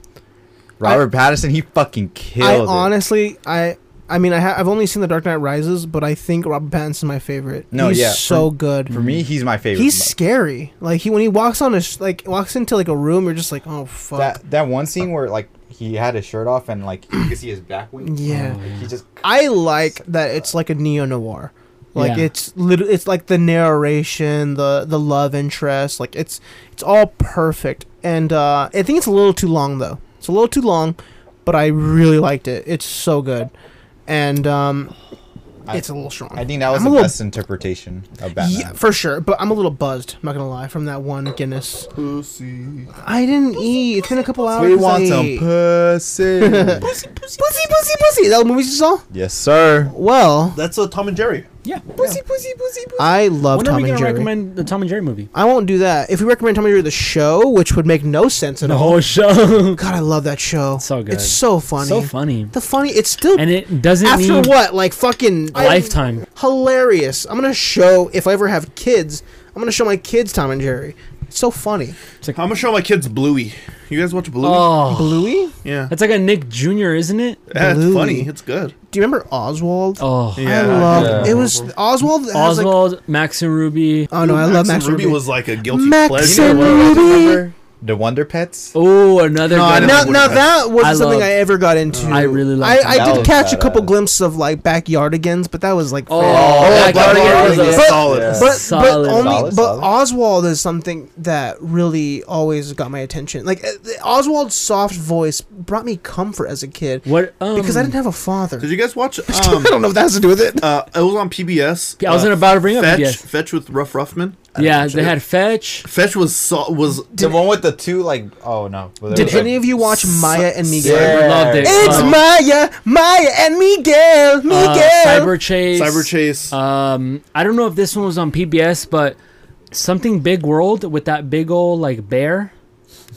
[SPEAKER 4] Robert Pattinson he fucking
[SPEAKER 1] I
[SPEAKER 4] killed it.
[SPEAKER 1] honestly, I, I mean, I ha- I've only seen The Dark Knight Rises, but I think Robert Pattinson's my favorite.
[SPEAKER 4] No,
[SPEAKER 1] he's
[SPEAKER 4] yeah,
[SPEAKER 1] so good.
[SPEAKER 4] For me, he's my favorite.
[SPEAKER 1] he's scary. Like he when he walks on a sh- like walks into like a room, you're just like, oh fuck.
[SPEAKER 4] that that one scene where like he had his shirt off and like you could see his back wing.
[SPEAKER 1] yeah,
[SPEAKER 4] Like, he just
[SPEAKER 1] I like that. It's like a neo noir. Like
[SPEAKER 3] Yeah.
[SPEAKER 1] it's lit- it's like the narration, the the love interest, like it's it's all perfect. And uh, I think it's a little too long though. It's a little too long, but I really liked it. It's so good, and um,
[SPEAKER 4] I-
[SPEAKER 1] it's a little strong.
[SPEAKER 4] I think that was
[SPEAKER 1] I'm
[SPEAKER 4] the
[SPEAKER 1] a little-
[SPEAKER 4] best interpretation of Batman.
[SPEAKER 1] Yeah, for sure. But I'm a little buzzed. I'm not gonna lie from that one Guinness.
[SPEAKER 2] Pussy.
[SPEAKER 1] I didn't eat. It's been a couple hours.
[SPEAKER 2] We
[SPEAKER 1] since I
[SPEAKER 2] want some
[SPEAKER 1] ate.
[SPEAKER 2] pussy.
[SPEAKER 1] pussy, pussy, pussy, pussy. That movie you saw?
[SPEAKER 4] yes, sir.
[SPEAKER 1] Well,
[SPEAKER 2] That's a Tom and Jerry.
[SPEAKER 3] Yeah.
[SPEAKER 4] pussy, pussy, pussy.
[SPEAKER 1] I love
[SPEAKER 3] When are
[SPEAKER 1] Tom
[SPEAKER 3] we gonna
[SPEAKER 1] and Jerry.
[SPEAKER 3] recommend the Tom and Jerry movie?
[SPEAKER 1] I won't do that. If we recommend Tom and Jerry the show, which would make no sense at
[SPEAKER 3] The
[SPEAKER 1] all.
[SPEAKER 3] whole show.
[SPEAKER 1] God, I love that show.
[SPEAKER 3] So good.
[SPEAKER 1] It's so funny.
[SPEAKER 3] So funny.
[SPEAKER 1] The funny. It's still
[SPEAKER 3] And it doesn't
[SPEAKER 1] after
[SPEAKER 3] need
[SPEAKER 1] what like fucking
[SPEAKER 3] a lifetime.
[SPEAKER 1] hilarious. I'm gonna show if I ever have kids. I'm gonna show my kids Tom and Jerry. It's so funny.
[SPEAKER 2] I'm gonna show my kids Bluey. You guys watch Bluey?
[SPEAKER 3] Oh,
[SPEAKER 1] Bluey.
[SPEAKER 2] yeah.
[SPEAKER 3] that's like a Nick Jr., isn't it?
[SPEAKER 2] That's
[SPEAKER 1] Bluey.
[SPEAKER 2] funny. It's good.
[SPEAKER 1] Do you remember Oswald?
[SPEAKER 3] Oh,
[SPEAKER 1] I
[SPEAKER 2] Yeah.
[SPEAKER 1] love
[SPEAKER 4] Yeah.
[SPEAKER 1] it. Was Oswald? has, Like,
[SPEAKER 3] Oswald, Max and Ruby.
[SPEAKER 1] oh no, I love Max
[SPEAKER 2] Ruby.
[SPEAKER 1] Ruby.
[SPEAKER 2] was like a guilty
[SPEAKER 1] Max
[SPEAKER 2] pleasure.
[SPEAKER 1] and Ruby.
[SPEAKER 4] The Wonder Pets.
[SPEAKER 3] Oh, another.
[SPEAKER 2] No, I
[SPEAKER 3] good
[SPEAKER 2] know.
[SPEAKER 1] Uh, Now,
[SPEAKER 3] one.
[SPEAKER 2] Wonder
[SPEAKER 1] now
[SPEAKER 2] Pets.
[SPEAKER 1] that
[SPEAKER 3] I
[SPEAKER 1] wasn't something
[SPEAKER 3] love-
[SPEAKER 1] I ever got into.
[SPEAKER 3] I really
[SPEAKER 1] I,
[SPEAKER 3] like.
[SPEAKER 1] I
[SPEAKER 4] That
[SPEAKER 1] did
[SPEAKER 4] was
[SPEAKER 1] catch a couple
[SPEAKER 4] badass.
[SPEAKER 1] glimpses of like backyardigans, but that was like.
[SPEAKER 3] Oh,
[SPEAKER 1] fair.
[SPEAKER 3] that
[SPEAKER 2] Black
[SPEAKER 3] guy was
[SPEAKER 2] Dahlia
[SPEAKER 3] a-
[SPEAKER 2] was solid.
[SPEAKER 4] Yeah.
[SPEAKER 1] But
[SPEAKER 3] Solid.
[SPEAKER 1] but only
[SPEAKER 4] Solid,
[SPEAKER 1] but
[SPEAKER 4] solid.
[SPEAKER 1] Oswald is something that really always got my attention. Like uh, the- Oswald's soft voice brought me comfort as a kid
[SPEAKER 3] What? Um,
[SPEAKER 1] because I didn't have a father.
[SPEAKER 2] Did you guys watch?
[SPEAKER 1] I
[SPEAKER 2] Um,
[SPEAKER 1] don't know if that has to do with it.
[SPEAKER 2] uh, it was on PBS.
[SPEAKER 3] I was
[SPEAKER 2] uh,
[SPEAKER 3] gonna about to bring up
[SPEAKER 2] Fetch,
[SPEAKER 3] PBS.
[SPEAKER 2] Fetch with Ruff Ruffman.
[SPEAKER 3] Yeah, they had Fetch.
[SPEAKER 2] Fetch was so, was
[SPEAKER 4] the one with the two like oh no. Well, there
[SPEAKER 1] Did
[SPEAKER 4] was, like-
[SPEAKER 1] any of you watch Maya and Miguel?
[SPEAKER 4] Yeah.
[SPEAKER 3] Loved it.
[SPEAKER 1] It's
[SPEAKER 3] Um,
[SPEAKER 1] Maya, Maya and Miguel, Miguel.
[SPEAKER 3] uh, Cyber Chase.
[SPEAKER 2] Cyber Chase.
[SPEAKER 1] Uh,
[SPEAKER 3] Um, I don't know if this one was on PBS, but something Big World with that big old like bear.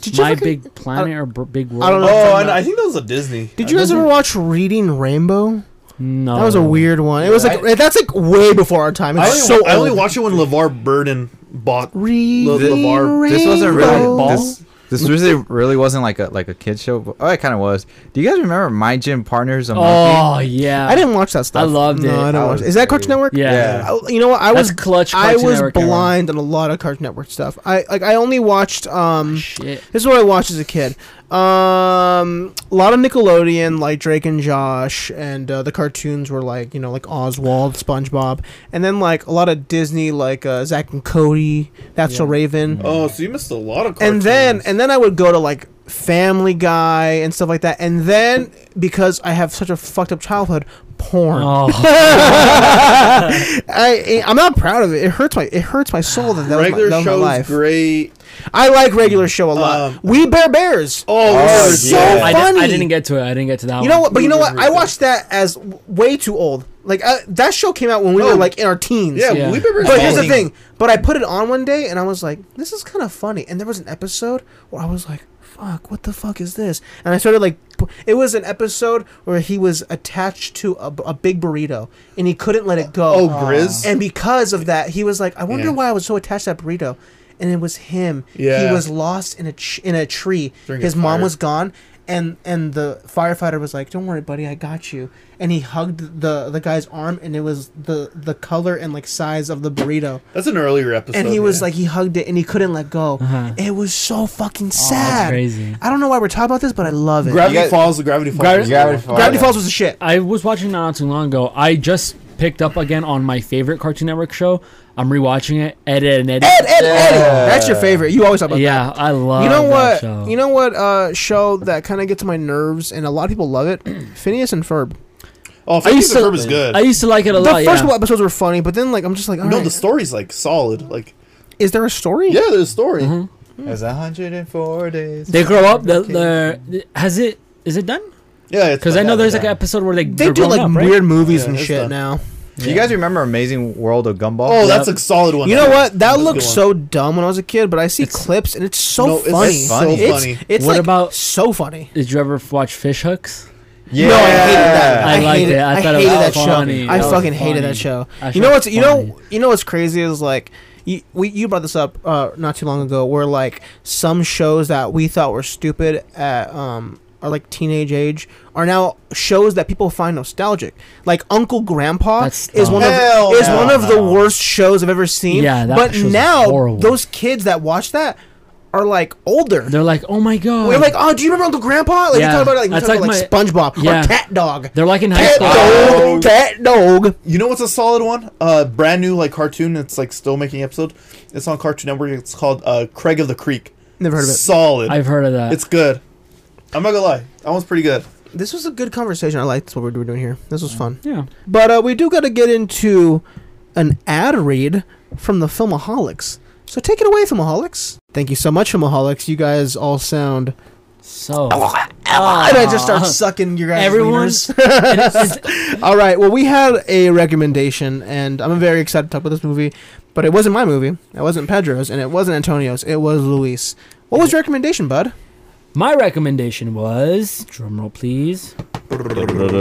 [SPEAKER 1] Did you
[SPEAKER 3] My
[SPEAKER 1] fucking-
[SPEAKER 3] Big Planet or b- Big World.
[SPEAKER 1] I don't know.
[SPEAKER 2] oh, and I think that was a Disney.
[SPEAKER 1] Did you guys ever watch Reading Rainbow?
[SPEAKER 3] No,
[SPEAKER 1] That was a
[SPEAKER 3] Um,
[SPEAKER 1] weird one. It was like that's like way before our time.
[SPEAKER 2] I
[SPEAKER 1] It's
[SPEAKER 2] only,
[SPEAKER 1] so
[SPEAKER 2] I only
[SPEAKER 1] old.
[SPEAKER 2] watched it when LeVar Burden bought.
[SPEAKER 1] Reading
[SPEAKER 2] Le- LeVar.
[SPEAKER 1] Rainbow.
[SPEAKER 4] This wasn't
[SPEAKER 1] Ball?
[SPEAKER 4] really this. This really really wasn't like a like a kid show. But, oh, it kind of was. Do you guys remember My Gym Partners? A Monkey?
[SPEAKER 3] Oh yeah,
[SPEAKER 1] I didn't watch that stuff.
[SPEAKER 3] I loved
[SPEAKER 1] No,
[SPEAKER 3] it.
[SPEAKER 1] I
[SPEAKER 4] That
[SPEAKER 1] don't watch.
[SPEAKER 4] was
[SPEAKER 1] It. Oh, Is that Cartoon
[SPEAKER 4] great.
[SPEAKER 1] Network?
[SPEAKER 3] Yeah.
[SPEAKER 4] Yeah.
[SPEAKER 1] I, you know what? I
[SPEAKER 3] That's
[SPEAKER 1] was
[SPEAKER 3] clutch
[SPEAKER 1] I
[SPEAKER 3] Cartoon
[SPEAKER 1] was
[SPEAKER 3] Network era.
[SPEAKER 1] blind on a lot of Cartoon Network stuff. I like I only watched um.
[SPEAKER 3] Ah, Shit.
[SPEAKER 1] This is what I watched as a kid. Um, a lot of Nickelodeon, like Drake and Josh, and uh, the cartoons were like you know like Oswald, SpongeBob, and then like a lot of Disney, like uh, Zach and Cody, That's So
[SPEAKER 3] Yeah. Mm-hmm.
[SPEAKER 1] Raven,
[SPEAKER 2] Oh, so you missed a lot of.
[SPEAKER 1] and then and then I would go to like Family Guy and stuff like that, and then because I have such a fucked up childhood, porn.
[SPEAKER 3] Oh,
[SPEAKER 1] I I'm not proud of it. It hurts my it hurts my soul that that
[SPEAKER 2] regular
[SPEAKER 1] was my, that was my
[SPEAKER 2] shows
[SPEAKER 1] life.
[SPEAKER 2] great.
[SPEAKER 1] I like regular show a lot.
[SPEAKER 2] Um,
[SPEAKER 1] we Bear Bears.
[SPEAKER 2] Oh,
[SPEAKER 4] Oh,
[SPEAKER 2] so
[SPEAKER 4] yeah.
[SPEAKER 1] So
[SPEAKER 3] I, di-
[SPEAKER 1] funny.
[SPEAKER 3] I didn't get to it. I didn't get to that.
[SPEAKER 1] You
[SPEAKER 3] one.
[SPEAKER 1] know what? But you know what? I watched that as w- way too old. Like uh, that show came out when we
[SPEAKER 2] No.
[SPEAKER 1] were like in our teens.
[SPEAKER 2] yeah,
[SPEAKER 3] Yeah.
[SPEAKER 2] we remember.
[SPEAKER 1] But here's the
[SPEAKER 2] falling.
[SPEAKER 1] thing. But I put it on one day and I was like, this is kind of funny. And there was an episode where I was like, fuck, what the fuck is this? And I started like, p- it was an episode where he was attached to a, b- a big burrito and he couldn't let it go.
[SPEAKER 2] Oh, Grizz.
[SPEAKER 1] And because of that, he was like, I wonder
[SPEAKER 2] Yeah.
[SPEAKER 1] why I was so attached to that burrito. And it was him.
[SPEAKER 2] Yeah.
[SPEAKER 1] He was lost in a ch- in a tree.
[SPEAKER 2] During
[SPEAKER 1] His
[SPEAKER 2] a
[SPEAKER 1] mom
[SPEAKER 2] fire.
[SPEAKER 1] was gone. And, and the firefighter was like, "Don't worry, buddy, I got you." And he hugged the the guy's arm, and it was the the color and like size of the burrito.
[SPEAKER 2] That's an earlier episode.
[SPEAKER 1] And he was
[SPEAKER 2] yeah.
[SPEAKER 1] like, he hugged it, and he couldn't let go.
[SPEAKER 3] Uh-huh.
[SPEAKER 1] It was so fucking sad.
[SPEAKER 3] crazy.
[SPEAKER 1] I don't know why we're talking about this, but I love it.
[SPEAKER 2] Gravity
[SPEAKER 4] You guys-
[SPEAKER 2] Falls. The Gravity Falls.
[SPEAKER 3] Gravity-
[SPEAKER 2] was
[SPEAKER 4] Gravity
[SPEAKER 2] cool.
[SPEAKER 4] Falls.
[SPEAKER 1] Gravity
[SPEAKER 4] yeah.
[SPEAKER 1] Falls was the shit.
[SPEAKER 3] I was watching that not too long ago. I just picked up again on my favorite Cartoon Network show. I'm rewatching it. Ed, Ed, and Eddie.
[SPEAKER 1] Ed, Ed, Eddie. That's your favorite. You always talk about
[SPEAKER 3] Yeah, I love.
[SPEAKER 1] that. You know
[SPEAKER 3] that
[SPEAKER 1] what?
[SPEAKER 3] Show.
[SPEAKER 1] You know what? Uh, show that kind of gets on my nerves, and a lot of people love it. Phineas and Ferb.
[SPEAKER 2] Oh,
[SPEAKER 3] I
[SPEAKER 2] Phineas
[SPEAKER 3] used to.
[SPEAKER 2] and Ferb is good.
[SPEAKER 3] I used to like it a
[SPEAKER 1] The
[SPEAKER 3] lot.
[SPEAKER 1] first
[SPEAKER 3] Oh, yeah.
[SPEAKER 1] couple episodes were funny, but then like I'm just like,
[SPEAKER 2] no,
[SPEAKER 1] alright,
[SPEAKER 2] the story's like solid. Like,
[SPEAKER 1] is there a story?
[SPEAKER 2] yeah, there's a story.
[SPEAKER 4] It's 104 days.
[SPEAKER 3] They grow up. The, the has it is it done?
[SPEAKER 2] Yeah, it's
[SPEAKER 3] Because I
[SPEAKER 2] like-
[SPEAKER 3] know there's like
[SPEAKER 4] yeah.
[SPEAKER 3] an episode where they
[SPEAKER 1] They
[SPEAKER 3] they're
[SPEAKER 1] do
[SPEAKER 3] grown
[SPEAKER 1] like
[SPEAKER 3] up, right?
[SPEAKER 1] weird movies
[SPEAKER 2] Yeah,
[SPEAKER 1] and
[SPEAKER 2] it's
[SPEAKER 1] shit
[SPEAKER 2] done.
[SPEAKER 1] now.
[SPEAKER 4] You guys remember Amazing World of Gumball?
[SPEAKER 2] Oh, that's
[SPEAKER 3] Yep.
[SPEAKER 2] a solid one.
[SPEAKER 1] You know what? That
[SPEAKER 2] That's a good
[SPEAKER 1] looks
[SPEAKER 2] one.
[SPEAKER 1] so dumb when I was a kid, but I see
[SPEAKER 3] It's-
[SPEAKER 1] clips and it's so
[SPEAKER 2] No, it's
[SPEAKER 1] funny.
[SPEAKER 2] so
[SPEAKER 4] funny.
[SPEAKER 1] It's,
[SPEAKER 2] funny.
[SPEAKER 1] it's
[SPEAKER 3] What
[SPEAKER 1] like
[SPEAKER 3] about-
[SPEAKER 1] so funny.
[SPEAKER 3] Did you ever watch Fish Hooks?
[SPEAKER 4] yeah.
[SPEAKER 1] No, I hated that.
[SPEAKER 3] I liked
[SPEAKER 1] hated,
[SPEAKER 3] it. I
[SPEAKER 1] I
[SPEAKER 3] thought it
[SPEAKER 1] hated
[SPEAKER 3] was
[SPEAKER 1] that
[SPEAKER 3] funny.
[SPEAKER 1] show. I
[SPEAKER 3] That was
[SPEAKER 1] fucking hated
[SPEAKER 3] funny.
[SPEAKER 1] that show.
[SPEAKER 3] That
[SPEAKER 1] you know
[SPEAKER 3] show was
[SPEAKER 1] what's you know you know what's crazy is like you we you brought this up uh, not too long ago where like some shows that we thought were stupid at um are like teenage age are now shows that people find nostalgic. Like Uncle Grandpa
[SPEAKER 3] That's
[SPEAKER 1] is
[SPEAKER 3] dumb.
[SPEAKER 1] one of
[SPEAKER 2] Hell
[SPEAKER 1] is
[SPEAKER 2] no,
[SPEAKER 1] one of the
[SPEAKER 2] no.
[SPEAKER 1] worst shows I've ever seen.
[SPEAKER 3] Yeah, that
[SPEAKER 1] but
[SPEAKER 3] show's
[SPEAKER 1] now
[SPEAKER 3] horrible.
[SPEAKER 1] those kids that watch that are like older.
[SPEAKER 3] They're like, oh my god.
[SPEAKER 1] We're like, oh, do you remember Uncle Grandpa? Like
[SPEAKER 3] Yeah,
[SPEAKER 1] you talk about like you
[SPEAKER 3] that's
[SPEAKER 1] talk about like SpongeBob
[SPEAKER 3] yeah.
[SPEAKER 1] or Cat Dog.
[SPEAKER 3] They're like in high
[SPEAKER 1] Cat
[SPEAKER 3] school.
[SPEAKER 1] dog, cat dog.
[SPEAKER 2] You know what's a solid one? Uh, brand new like cartoon. It's like still making episode. It's on Cartoon Network. It's called uh, Craig of the Creek.
[SPEAKER 1] Never heard of it.
[SPEAKER 2] Solid.
[SPEAKER 3] I've heard of that.
[SPEAKER 2] it's good. I'm not gonna lie. That one's pretty good.
[SPEAKER 1] This was a good conversation. I liked what we were doing here. This was fun.
[SPEAKER 3] yeah.
[SPEAKER 1] But uh, we do got to get into an ad read from the Filmaholics. So take it away, Filmaholics. Thank you so much, Filmaholics. You guys all sound. Oh,
[SPEAKER 3] So
[SPEAKER 1] And I just start sucking your guys'
[SPEAKER 3] everyone,
[SPEAKER 1] wieners. All right. Well, we had a recommendation, and I'm very excited to talk about this movie. But it wasn't my movie. It wasn't Pedro's, and it wasn't Antonio's. It was Luis. What was your recommendation, bud?
[SPEAKER 3] my recommendation was drumroll, please.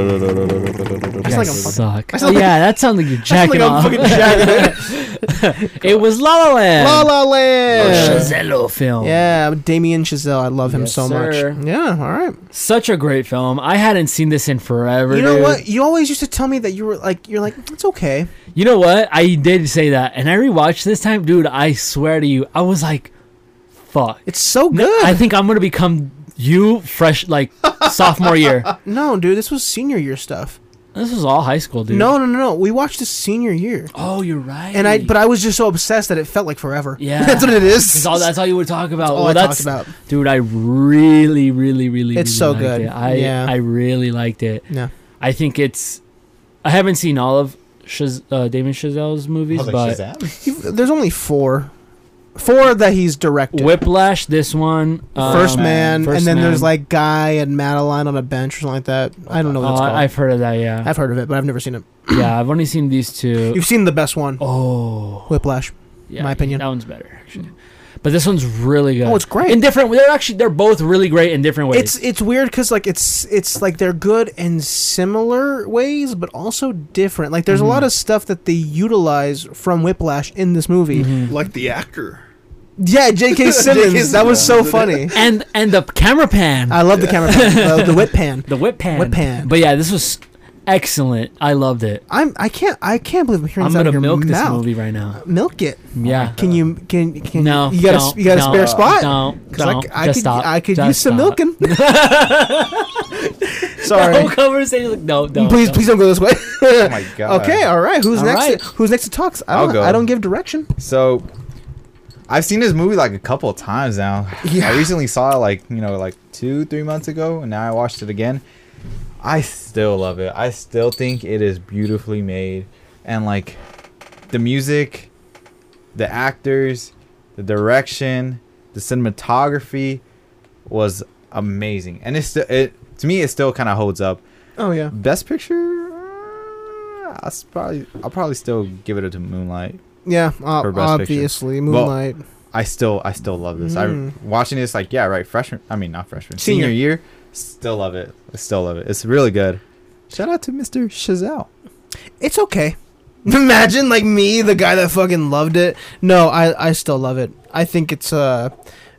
[SPEAKER 3] You
[SPEAKER 1] like
[SPEAKER 3] guys
[SPEAKER 1] I'm fucking-
[SPEAKER 3] suck.
[SPEAKER 1] I sound
[SPEAKER 3] Oh,
[SPEAKER 1] like-
[SPEAKER 3] yeah, that sounds like you're
[SPEAKER 1] I
[SPEAKER 3] jacking
[SPEAKER 1] feel like I'm
[SPEAKER 3] off.
[SPEAKER 1] fucking jacking it.
[SPEAKER 3] it was La La Land.
[SPEAKER 1] La La
[SPEAKER 3] Oh,
[SPEAKER 1] Land.
[SPEAKER 3] Chazello film.
[SPEAKER 1] Yeah, Damien Chazelle. I love him
[SPEAKER 3] Yes,
[SPEAKER 1] so
[SPEAKER 3] sir.
[SPEAKER 1] much. Yeah, all right.
[SPEAKER 3] Such a great film. I hadn't seen this in forever.
[SPEAKER 1] You know
[SPEAKER 3] dude.
[SPEAKER 1] what? You always used to tell me that you were like, you're like, it's okay.
[SPEAKER 3] You know what? I did say that, and I rewatched this time, dude. I swear to you, I was like, "Fuck."
[SPEAKER 1] It's so
[SPEAKER 3] No,
[SPEAKER 1] good.
[SPEAKER 3] I think I'm gonna become you fresh like sophomore year.
[SPEAKER 1] no, dude, this was senior year stuff.
[SPEAKER 3] This was all high school, dude.
[SPEAKER 1] No, no, no, no. We watched this senior year,
[SPEAKER 3] Oh, you're right.
[SPEAKER 1] and I, but I was just so obsessed that it felt like forever.
[SPEAKER 3] Yeah.
[SPEAKER 1] that's what it is.
[SPEAKER 3] That's all, that's all you would talk about.
[SPEAKER 1] all
[SPEAKER 3] well,
[SPEAKER 1] I
[SPEAKER 3] that's
[SPEAKER 1] talked about.
[SPEAKER 3] dude. I really, really, really.
[SPEAKER 1] It's
[SPEAKER 3] really
[SPEAKER 1] so
[SPEAKER 3] liked
[SPEAKER 1] good.
[SPEAKER 3] It. I
[SPEAKER 1] Yeah.
[SPEAKER 3] I really liked it.
[SPEAKER 1] Yeah.
[SPEAKER 3] I think it's. I haven't seen all of Shaz- uh, Damon Chazelle's movies, but
[SPEAKER 1] You- There's only four, four that he's directed.
[SPEAKER 3] Whiplash, this one, um,
[SPEAKER 1] First man,
[SPEAKER 3] First
[SPEAKER 1] and then there's
[SPEAKER 3] Man.
[SPEAKER 1] like Guy and Madeline on a bench or something like that. I don't know what
[SPEAKER 3] Oh,
[SPEAKER 1] that's called.
[SPEAKER 3] I-
[SPEAKER 1] I've,
[SPEAKER 3] I've heard of that. Yeah,
[SPEAKER 1] heard of it, but I've never seen it.
[SPEAKER 3] yeah. I've only seen these two.
[SPEAKER 1] You've seen the best one,
[SPEAKER 3] Oh,
[SPEAKER 1] Whiplash.
[SPEAKER 3] yeah,
[SPEAKER 1] my opinion.
[SPEAKER 3] That one's better actually, but this one's really good.
[SPEAKER 1] Oh, it's great.
[SPEAKER 3] In different, they're actually they're both really great in different ways.
[SPEAKER 1] It's it's weird because like it's it's like they're good in similar ways, but also different. Like there's a lot
[SPEAKER 3] Mhm.
[SPEAKER 1] of stuff that they utilize from Whiplash in this movie.
[SPEAKER 3] Mhm.
[SPEAKER 2] Like the actor.
[SPEAKER 1] Yeah, J.K. Simmons, that was so
[SPEAKER 2] Simmons.
[SPEAKER 1] funny.
[SPEAKER 3] and and the camera pan,
[SPEAKER 1] I love the camera, pan, the, the whip pan.
[SPEAKER 3] the whip pan,
[SPEAKER 1] Whip pan.
[SPEAKER 3] But yeah, this was excellent. I loved it.
[SPEAKER 1] I'm I can't I can't believe I'm hearing
[SPEAKER 3] I'm
[SPEAKER 1] this out
[SPEAKER 3] gonna
[SPEAKER 1] of your
[SPEAKER 3] milk this
[SPEAKER 1] mouth.
[SPEAKER 3] movie right now.
[SPEAKER 1] Milk it.
[SPEAKER 3] Yeah.
[SPEAKER 1] Can you can can
[SPEAKER 3] No,
[SPEAKER 1] you got
[SPEAKER 3] don't,
[SPEAKER 1] a, you got a
[SPEAKER 3] don't,
[SPEAKER 1] spare spot?
[SPEAKER 3] Don't,
[SPEAKER 1] 'Cause I
[SPEAKER 3] don't.
[SPEAKER 1] c- I,
[SPEAKER 3] just
[SPEAKER 1] could
[SPEAKER 3] stop.
[SPEAKER 1] I could
[SPEAKER 3] Just
[SPEAKER 1] use some
[SPEAKER 3] stop.
[SPEAKER 1] milking.
[SPEAKER 3] The
[SPEAKER 1] Sorry.
[SPEAKER 3] whole conversation, like, no, don't,
[SPEAKER 1] please
[SPEAKER 3] don't.
[SPEAKER 1] please don't go this way.
[SPEAKER 4] Oh my god.
[SPEAKER 1] okay, all right. Who's
[SPEAKER 3] All
[SPEAKER 1] next?
[SPEAKER 3] right.
[SPEAKER 1] Who's next to talks? I
[SPEAKER 4] I'll
[SPEAKER 1] don't
[SPEAKER 4] go.
[SPEAKER 1] I don't give direction.
[SPEAKER 4] So, I've seen this movie like a couple of times now.
[SPEAKER 1] Yeah.
[SPEAKER 4] I recently saw it like you know like two three months ago, and now I watched it again. I still love it. I still think it is beautifully made, and like the music, the actors, the direction, the cinematography was amazing, and it's still it to me it still kind of holds up.
[SPEAKER 1] Oh yeah.
[SPEAKER 4] Best picture. uh, I'll s- probably, I'll probably still give it to Moonlight.
[SPEAKER 1] Yeah, uh,
[SPEAKER 4] For Best Picture.
[SPEAKER 1] obviously
[SPEAKER 4] Well,
[SPEAKER 1] Moonlight.
[SPEAKER 4] I still I still love this.
[SPEAKER 1] Mm.
[SPEAKER 4] I watching this like yeah right freshman I mean not freshman
[SPEAKER 1] Senior.
[SPEAKER 4] senior, year still love it I still love it it's really good. Shout out to Mr. Chazelle.
[SPEAKER 1] it's okay. Imagine like me, the guy that fucking loved it. No, I I still love it. I think it's a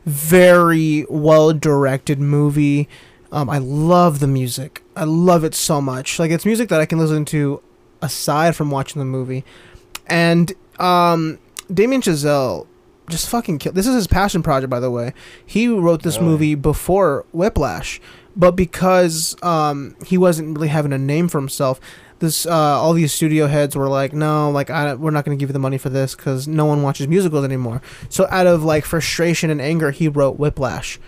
[SPEAKER 1] very well directed movie. Um, I love the music. I love it so much. Like it's music that I can listen to aside from watching the movie. And um, Damien Chazelle just fucking killed. This is his passion project, by the way. He wrote this
[SPEAKER 2] Really?
[SPEAKER 1] movie before Whiplash, but because um, he wasn't really having a name for himself, this uh, all these studio heads were like, "No, like I, we're not going to give you the money for this because no one watches musicals anymore." So out of like frustration and anger, he wrote Whiplash,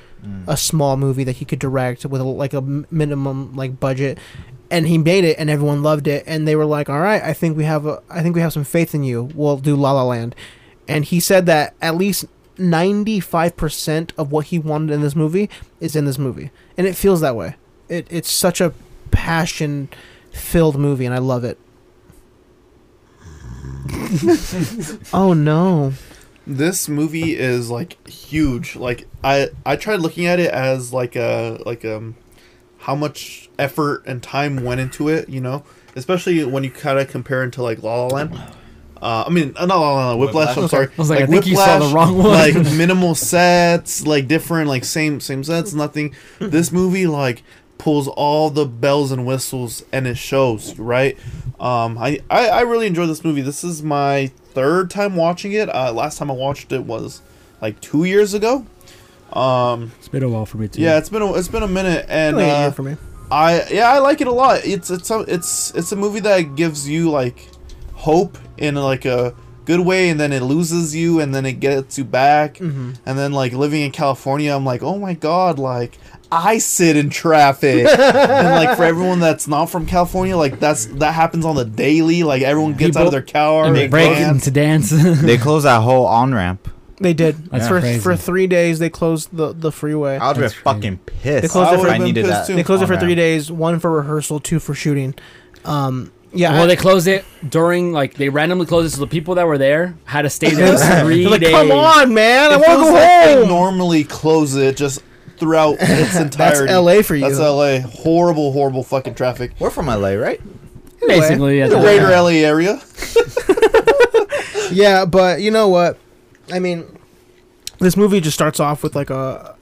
[SPEAKER 1] a small movie that he could direct with like a m- minimum like budget, and he made it, and everyone loved it, and they were like, "All right, I think we have a, I think we have some faith in you. We'll do La La Land," and he said that at least 95% of what he wanted in this movie is in this movie. And it feels that way. It, it's such a passion filled movie, and I love it. oh no.
[SPEAKER 2] this movie is like huge like i i tried looking at it as like a like um how much effort and time went into it you know especially when you kind of compare it to like la la land uh, I mean, uh, not La La Land, Whiplash.
[SPEAKER 4] Whiplash.
[SPEAKER 2] I'm sorry.
[SPEAKER 3] I was like, I think you saw the wrong one.
[SPEAKER 2] Like minimal sets, like different, like same same sets, nothing. This movie like pulls all the bells and whistles, and it shows, right? Um, I I, I really enjoyed this movie. This is my third time watching it. Uh, last time I watched it was like two years ago. Um,
[SPEAKER 3] It's been a while for me too.
[SPEAKER 2] yeah, it's been a, it's been a minute, and
[SPEAKER 1] Only a year
[SPEAKER 2] uh,
[SPEAKER 1] for me.
[SPEAKER 2] I yeah, I like it a lot. It's it's a, it's it's a movie that gives you like hope in like a good way, and then it loses you, and then it gets you back,
[SPEAKER 3] Mm-hmm.
[SPEAKER 2] and then like living in California, I'm like, oh my god, like I sit in traffic, and like for everyone that's not from California, like that's that happens on the daily. Like everyone gets out
[SPEAKER 3] People-
[SPEAKER 2] of their car
[SPEAKER 3] and
[SPEAKER 2] and,
[SPEAKER 3] they break
[SPEAKER 2] dance.
[SPEAKER 3] into dance.
[SPEAKER 4] They closed that whole on ramp.
[SPEAKER 1] They did.
[SPEAKER 3] That's
[SPEAKER 1] for,
[SPEAKER 3] crazy.
[SPEAKER 1] for three days, they closed the, the freeway.
[SPEAKER 4] I would
[SPEAKER 3] That's
[SPEAKER 4] have been
[SPEAKER 3] crazy.
[SPEAKER 4] fucking pissed.
[SPEAKER 1] They closed it for-
[SPEAKER 4] I needed
[SPEAKER 2] pissed
[SPEAKER 4] that.
[SPEAKER 2] too.
[SPEAKER 1] They
[SPEAKER 3] Oh,
[SPEAKER 1] closed it for
[SPEAKER 4] on
[SPEAKER 1] three
[SPEAKER 4] ramp.
[SPEAKER 1] days one for rehearsal, two for shooting. Um, yeah.
[SPEAKER 3] well,
[SPEAKER 1] I-
[SPEAKER 3] they closed it during like they randomly closed it, so the people that were there had to stay there
[SPEAKER 1] They're
[SPEAKER 3] for three
[SPEAKER 1] like,
[SPEAKER 3] days.
[SPEAKER 1] come on, man. I
[SPEAKER 2] It
[SPEAKER 1] want to
[SPEAKER 2] feels
[SPEAKER 1] go
[SPEAKER 2] like They
[SPEAKER 1] home.
[SPEAKER 2] normally close it just throughout its
[SPEAKER 1] That's
[SPEAKER 2] entirety.
[SPEAKER 1] LA for you.
[SPEAKER 2] That's LA. Horrible, horrible fucking traffic.
[SPEAKER 4] We're from LA, right?
[SPEAKER 3] Basically, yeah.
[SPEAKER 2] The
[SPEAKER 3] they-
[SPEAKER 2] greater LA area.
[SPEAKER 1] yeah, but you know what? I mean, this movie just starts off with like a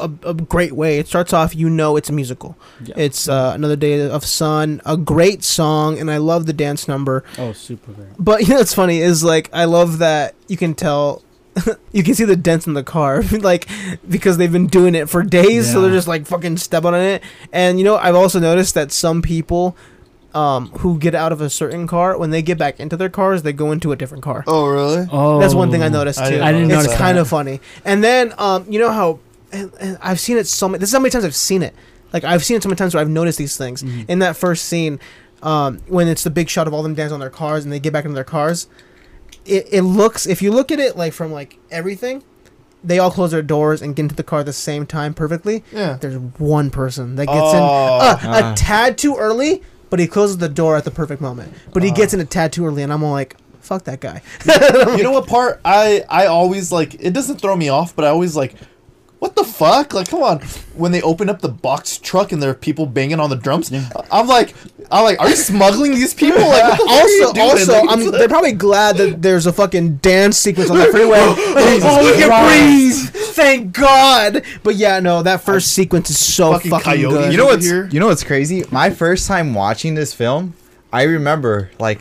[SPEAKER 1] a, a great way. It starts off, you know, it's a musical.
[SPEAKER 3] Yeah.
[SPEAKER 1] It's uh, another day of sun, a great song, and I love the dance number.
[SPEAKER 3] Oh, super great.
[SPEAKER 1] But you know what's funny is like I love that you can tell you can see the dents in the car like because they've been doing it for days so
[SPEAKER 3] Yeah.
[SPEAKER 1] they're just like fucking stepping on it. And you know I've also noticed that some people um, who get out of a certain car when they get back into their cars they go into a different car.
[SPEAKER 2] Oh, really?
[SPEAKER 3] Oh,
[SPEAKER 1] That's one thing I noticed too.
[SPEAKER 2] I didn't
[SPEAKER 3] I didn't
[SPEAKER 1] it's
[SPEAKER 3] notice
[SPEAKER 1] kind
[SPEAKER 3] that.
[SPEAKER 1] of funny. And then um, you know how and, and I've seen it so many. This is how many times I've seen it. Like I've seen it so many times where I've noticed these things.
[SPEAKER 2] Mm-hmm.
[SPEAKER 1] In that first scene, um, when it's the big shot of all them dancing on their cars and they get back into their cars, it, it looks if you look at it like from like everything, they all close their doors and get into the car at the same time perfectly.
[SPEAKER 2] Yeah.
[SPEAKER 1] There's one person that gets
[SPEAKER 2] Oh.
[SPEAKER 1] in uh, a tad too early, but he closes the door at the perfect moment. But
[SPEAKER 2] Oh.
[SPEAKER 1] he gets in a tad too early, and I'm all like, "Fuck that guy."
[SPEAKER 2] You know what part I I always like it doesn't throw me off, but I always like what the fuck? Like come on. When they open up the box truck and there are people banging on the drums, I'm like I'm like, are you smuggling these people? Like what
[SPEAKER 1] Also,
[SPEAKER 2] are you doing?
[SPEAKER 1] also,
[SPEAKER 2] Like,
[SPEAKER 1] I'm, they're probably glad that there's a fucking dance sequence on the freeway. oh, we can breathe! Thank God. But yeah, no, that first sequence is so fucking,
[SPEAKER 2] Fucking coyote.
[SPEAKER 1] good.
[SPEAKER 4] You know what's
[SPEAKER 2] Here.
[SPEAKER 4] you know what's crazy? My first time watching this film, I remember like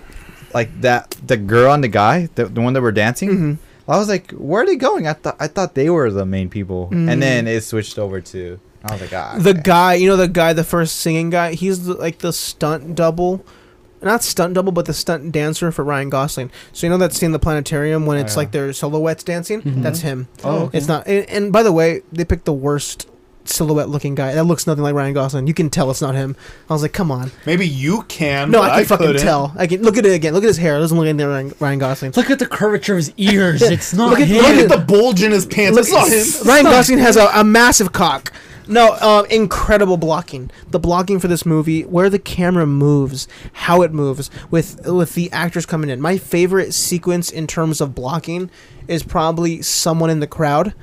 [SPEAKER 4] like that the girl and the guy, the, the one that were dancing.
[SPEAKER 1] Mm-hmm.
[SPEAKER 4] I was like, where are they going? I thought I thought they were the main people, and then it switched over to. I was like, ah,
[SPEAKER 1] Mm. the
[SPEAKER 4] okay."
[SPEAKER 1] guy, you know, the guy, the first singing guy. He's the, like the stunt double, not stunt double, but the stunt dancer for Ryan Gosling. So you know that scene in the planetarium when it's
[SPEAKER 4] yeah.
[SPEAKER 1] like their silhouettes dancing.
[SPEAKER 2] Mm-hmm.
[SPEAKER 1] That's him.
[SPEAKER 4] Oh, okay.
[SPEAKER 1] it's not. And, and by the way, they picked the worst silhouette looking guy. That looks nothing like Ryan Gosling. You can tell it's not him. I was like, come on.
[SPEAKER 2] Maybe you can.
[SPEAKER 1] No,
[SPEAKER 2] but
[SPEAKER 1] I can fucking
[SPEAKER 2] couldn't.
[SPEAKER 1] tell. I can look at it again. Look at his hair. It doesn't look anything like Ryan Gosling.
[SPEAKER 3] Look at the curvature of his ears. It's not
[SPEAKER 1] Look at-
[SPEAKER 3] him.
[SPEAKER 2] Look at the bulge in his pants.
[SPEAKER 1] Look,
[SPEAKER 2] It's not him.
[SPEAKER 1] Ryan Gosling has a, a massive cock. No, um, incredible blocking. The blocking for this movie, where the camera moves, how it moves, with with the actors coming in. My favorite sequence in terms of blocking is probably someone in the crowd,